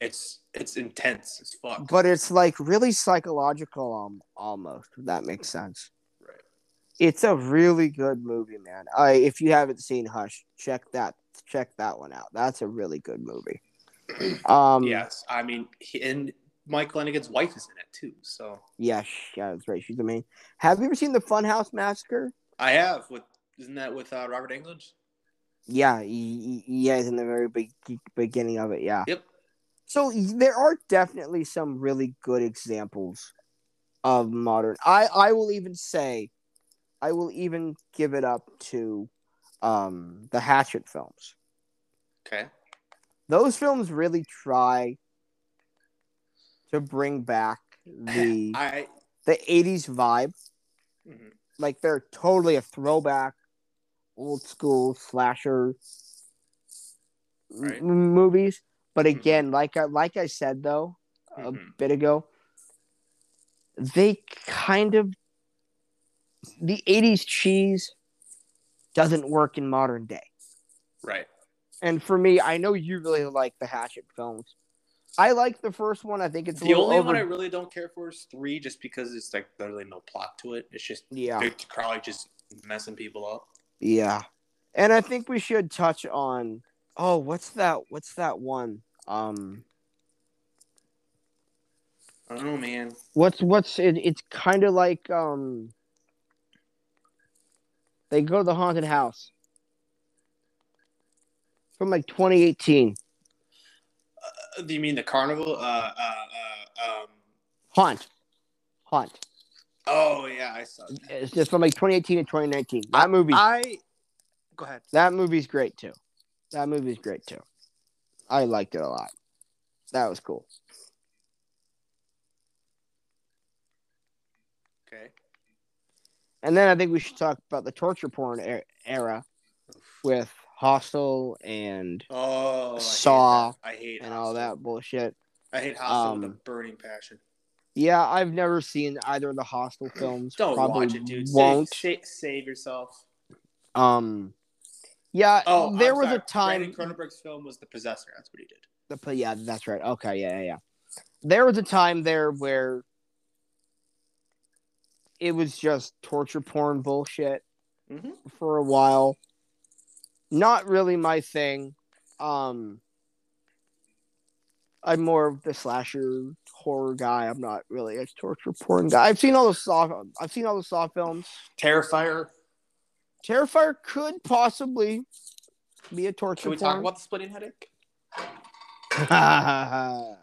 B: It's it's intense as fuck.
A: but it's like really psychological, um, almost. If that makes sense.
B: Right.
A: it's a really good movie, man. I if you haven't seen Hush, check that check that one out. That's a really good movie. Um yeah,
B: yes, I mean, he, and Mike Flanagan's wife is in it too. So
A: yeah, sh- yeah, that's right. She's the main. Have you ever seen the Funhouse Massacre?
B: I have with isn't that with uh, Robert Englund?
A: Yeah, he, he he is in the very be- beginning of it. Yeah.
B: Yep.
A: So there are definitely some really good examples of modern. I I will even say, I will even give it up to, um, the Hatchet films.
B: Okay.
A: those films really try to bring back the
B: I
A: the 80s vibe
B: mhm.
A: like they're totally a throwback old school slasher m-
B: Right.
A: movies but again like I, like I said though a
B: Mhm.
A: bit ago they kind of the 80s cheese doesn't work in modern day
B: right.
A: and for me, I know you really like the Hatchet films. I like the first one. I think it's a
B: The
A: little
B: only
A: over-
B: one I really don't care for is three, just because it's like literally no plot to it. It's just
A: yeah,
B: Victor Crowley just messing people up.
A: yeah. And I think we should touch on. Oh, what's that? What's that one? Um,
B: I
A: Oh,
B: don't know, man.
A: what's what's it? It's kind of like um. They go to the haunted house from like 2018.
B: Uh, Do you mean the carnival? Uh, uh, uh, um,
A: Haunt, haunt.
B: oh yeah, I saw. That.
A: It's just from like 2018 to 2019. That movie.
B: I go ahead.
A: That movie's great too. That movie's great too. I liked it a lot. That was cool.
B: Okay.
A: And then I think we should talk about the torture porn er- era with Hostel and
B: Oh, I hate
A: Saw
B: that. I hate
A: and all
B: Hostel.
A: that bullshit.
B: I hate Hostel with a
A: Um,
B: burning passion.
A: Yeah, I've never seen either of the Hostel films.
B: Don't
A: Probably
B: watch it, dude.
A: Won't.
B: Save, save, save yourself.
A: Um. Yeah,
B: Oh,
A: there
B: I'm
A: was
B: sorry.
A: a time.
B: Brandon Cronenberg's film was The Possessor. That's what he did.
A: The po- yeah, that's right. Okay, yeah, yeah, yeah. There was a time there where it was just torture porn bullshit
B: Mhm.
A: for a while. Not really my thing. Um, I'm more of the slasher horror guy. I'm not really a torture porn guy. I've seen all the saw. I've seen all the saw films.
B: Terrifier.
A: Terrifier could possibly be a torture.
B: Can we talk
A: porn.
B: about the splitting headache?
A: about?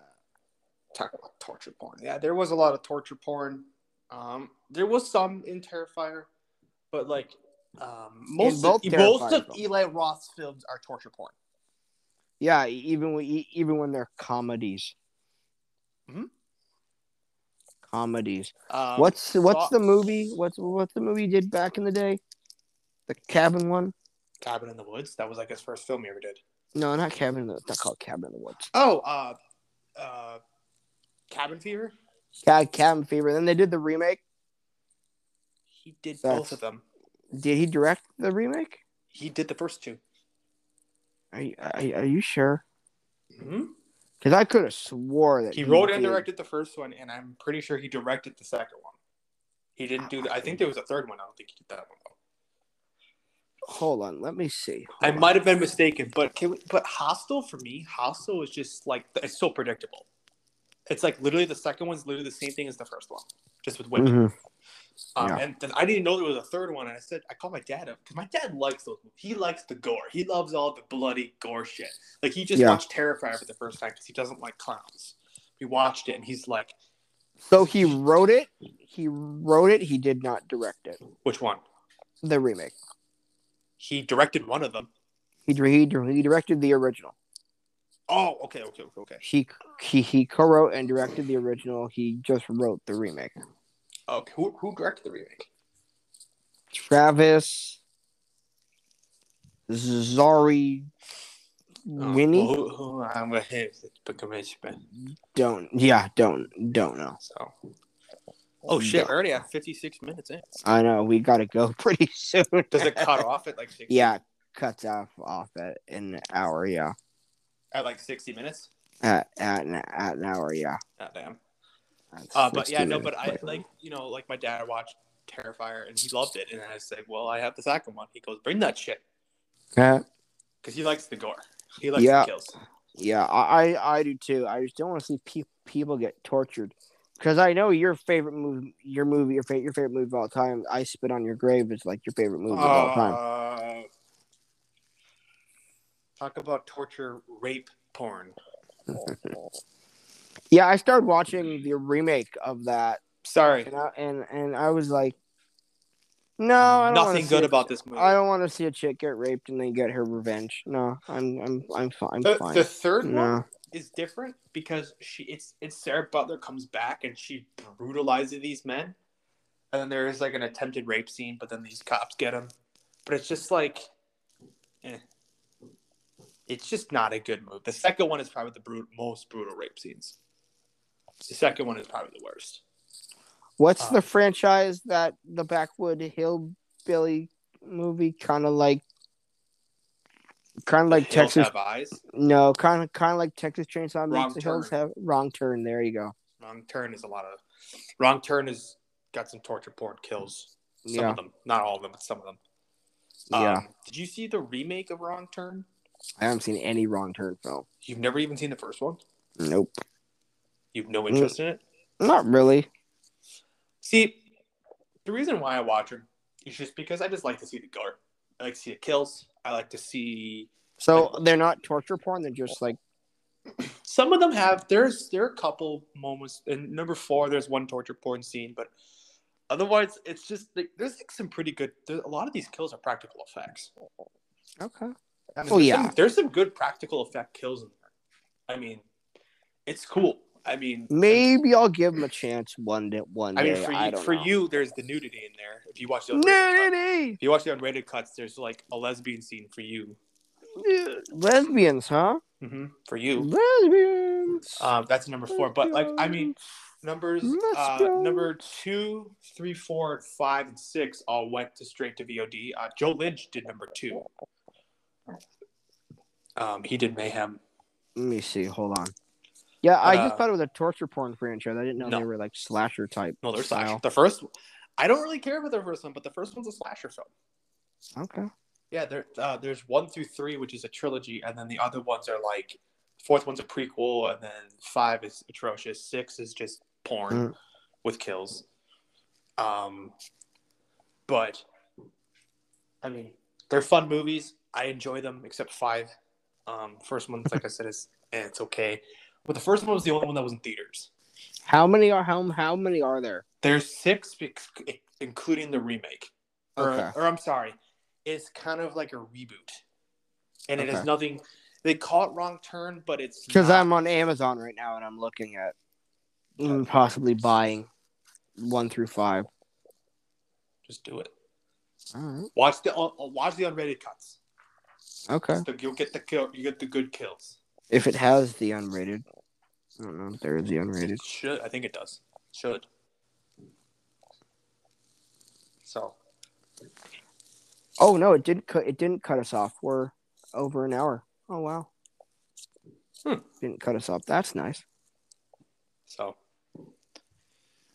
B: Talk about torture porn. Yeah, there was a lot of torture porn. Um, there was some in Terrifier, but like um, most
A: both
B: of, most
A: Terrifier
B: of
A: films.
B: Eli Roth's films are torture porn.
A: yeah, e-, even when even when they're comedies.
B: Mhm.
A: Comedies.
B: Um,
A: what's what's
B: Saw-
A: the movie? What's what's the movie he did back in the day? The cabin one?
B: Cabin in the Woods? That was like his first film he ever did.
A: No, not cabin. in the- It's not called cabin in the woods.
B: Oh, uh, uh, Cabin Fever.
A: Ca- cabin fever. Then they did the remake.
B: He did
A: That's-
B: both of them.
A: Did he direct the remake?
B: He did the first two.
A: Are you, are, you- are you sure?
B: Mm-hmm.
A: Because I could have swore that
B: He wrote and
A: did.
B: directed the first one, and I'm pretty sure he directed the second one. He didn't do. The, I think there was a third one. I don't think he did that one. Though.
A: Hold on, let me see.
B: I
A: Hold on.
B: might have been mistaken, but can we, but Hostel for me, Hostel is just like it's so predictable. It's like literally the second one's literally the same thing as the first one, just with women.
A: Mhm.
B: Um,
A: Yeah.
B: And then I didn't know there was a third one, and I said I called my dad up because my dad likes those. Movies. He likes the gore. He loves all the bloody gore shit. Like he just
A: Yeah.
B: watched Terrifier for the first time because he doesn't like clowns. We watched it, and he's like,
A: So he wrote it. He wrote it. He did not direct it.
B: "Which one?"
A: The remake.
B: He directed one of them.
A: He dir- he, dir- he directed the original.
B: Oh, okay, okay, okay, okay.
A: He he he co-wrote and directed the original. He just wrote the remake.
B: Okay, who, who directed the remake?
A: Travis Zari Winnie.
B: Oh, Well, who, who, I'm gonna hit the commission, man.
A: Don't yeah. Don't don't know.
B: So. Oh shit!
A: Yeah.
B: I already have 56 minutes in.
A: I know we gotta go pretty soon.
B: Does it cut off at like 60,
A: Yeah, it cuts off off at an hour. Yeah,
B: At like 60 minutes?
A: at at an, at an hour. Yeah.
B: Ah, damn.
A: That's
B: Uh, but
A: 60
B: yeah, no,
A: minutes
B: but I
A: later.
B: like you know, like my dad watched Terrifier and he loved it, and I said, "Well, I have the second one." He goes, "Bring that shit,"
A: Uh,
B: because he likes the gore. He likes
A: Yeah.
B: the kills.
A: yeah, I I I do too. I just don't want to see pe- people get tortured because I know your favorite movie, your movie, your favorite your favorite movie of all time. I spit on your grave is like your favorite movie of all time.
B: Uh, talk about torture, rape, porn.
A: Yeah, I started watching the remake of that,
B: Sorry,
A: and I, and, and I was like, no, I don't wanna
B: nothing
A: see
B: good
A: it.
B: about this movie.
A: I don't want to see a chick get raped and then get her revenge. No, I'm I'm I'm fine. I'm
B: the,
A: fine.
B: the third one
A: no,
B: is different because she it's it's Sarah Butler comes back and she brutalizes these men, and then there is like an attempted rape scene, but then these cops get him. But it's just like, eh. it's just not a good move. The second one is probably the brut- most brutal rape scenes. The second one is probably the worst.
A: what's
B: uh,
A: the franchise that the Backwood Hillbilly movie kind of like, kind of like
B: The Hills
A: Texas?
B: Have Eyes.
A: No, kind of kind of like Texas Chainsaw
B: Wrong
A: Massacre. The Hills
B: Turn.
A: have wrong turn. There you go.
B: Wrong Turn is a lot of. Wrong Turn has got some torture porn kills. Some
A: yeah,
B: of them, not all of them, but some of them.
A: yeah.
B: Um, Did you see the remake of Wrong Turn?
A: I haven't seen any wrong turn film.
B: You've never even seen the first one.
A: Nope,
B: You've
A: Mm.
B: no interest in it.
A: not really.
B: See, the reason why I watch them is just because I just like to see the gore. I like to see the kills. I like to see.
A: So they're not torture porn. They're just like
B: Some of them have. There's there are a couple moments. In number four, there's one torture porn scene, but otherwise, it's just like there's like some pretty good. There's, a lot of these kills are practical effects.
A: okay.
B: I mean,
A: Oh,
B: there's
A: yeah.
B: some- there's some good practical effect kills in there. I mean, it's cool. I mean,
A: Maybe I'll give them a chance one day. One
B: I mean,
A: day.
B: for
A: I
B: you,
A: don't
B: for
A: know.
B: you, there's the nudity in there. If you watch the unrated cut.
A: Nudity.
B: if you watch the unrated cuts, there's like a lesbian scene for you.
A: Lesbians, huh?
B: Mm-hmm. For you,
A: Lesbians.
B: um, that's number four. But like, I mean, numbers uh,
A: Lesbians.
B: number two, three, four, five, and six all went to straight to VOD. Uh, Joe Lynch did number two. Um, he did Mayhem.
A: let me see. Hold on. Yeah, I
B: Uh,
A: just thought it was a torture porn franchise. I didn't know
B: no.
A: they were like slasher type.
B: No, there's slasher.
A: style.
B: The first, I don't really care about the first one, but the first one's a slasher film.
A: Okay.
B: Yeah, there, uh, there's one through three, which is a trilogy, and then the other ones are like fourth one's a prequel, and then five is atrocious. Six is just porn
A: Mm.
B: with kills. Um, but I mean, they're fun movies. I enjoy them, except five. Um, first one, like I said, is eh, it's okay. But the first one was the only one that was in theaters.
A: How many are how how many are there?
B: There's six, ex- including the remake. Or,
A: Okay.
B: or I'm sorry, it's kind of like a reboot, and it has
A: Okay.
B: nothing. They call it Wrong Turn, but it's
A: Because
B: not-
A: I'm on Amazon right now and I'm looking at mm, possibly buying one through five.
B: just do it.
A: All right.
B: Watch the uh, watch the unrated cuts.
A: Okay.
B: So you'll get the kill. You get the good kills.
A: If it has the unrated, I don't know if there is the unrated.
B: It should. I think it does. Should. So
A: Oh no, it did. Cut, it didn't cut us off. We're over an hour. Oh wow.
B: Hmm.
A: Didn't cut us off. That's nice.
B: so.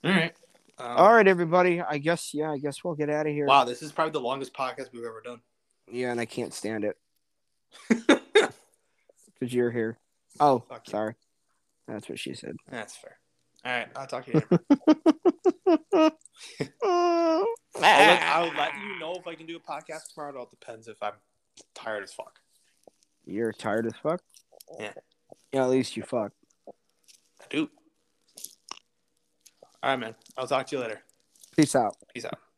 B: All right. Um,
A: All right, everybody. I guess yeah. I guess we'll get out of here.
B: Wow, this is probably the longest podcast we've ever done.
A: Yeah, and I can't stand it because you're here. Oh,
B: Fuck you.
A: sorry. That's what she said.
B: That's fair. All right, I'll talk to you. Later. I'll, let, I'll let you know if I can do a podcast tomorrow. It all depends if I'm tired as fuck.
A: You're tired as fuck.
B: Yeah.
A: Yeah. At least you fuck.
B: I do. All right, man. I'll talk to you later.
A: Peace out.
B: Peace out.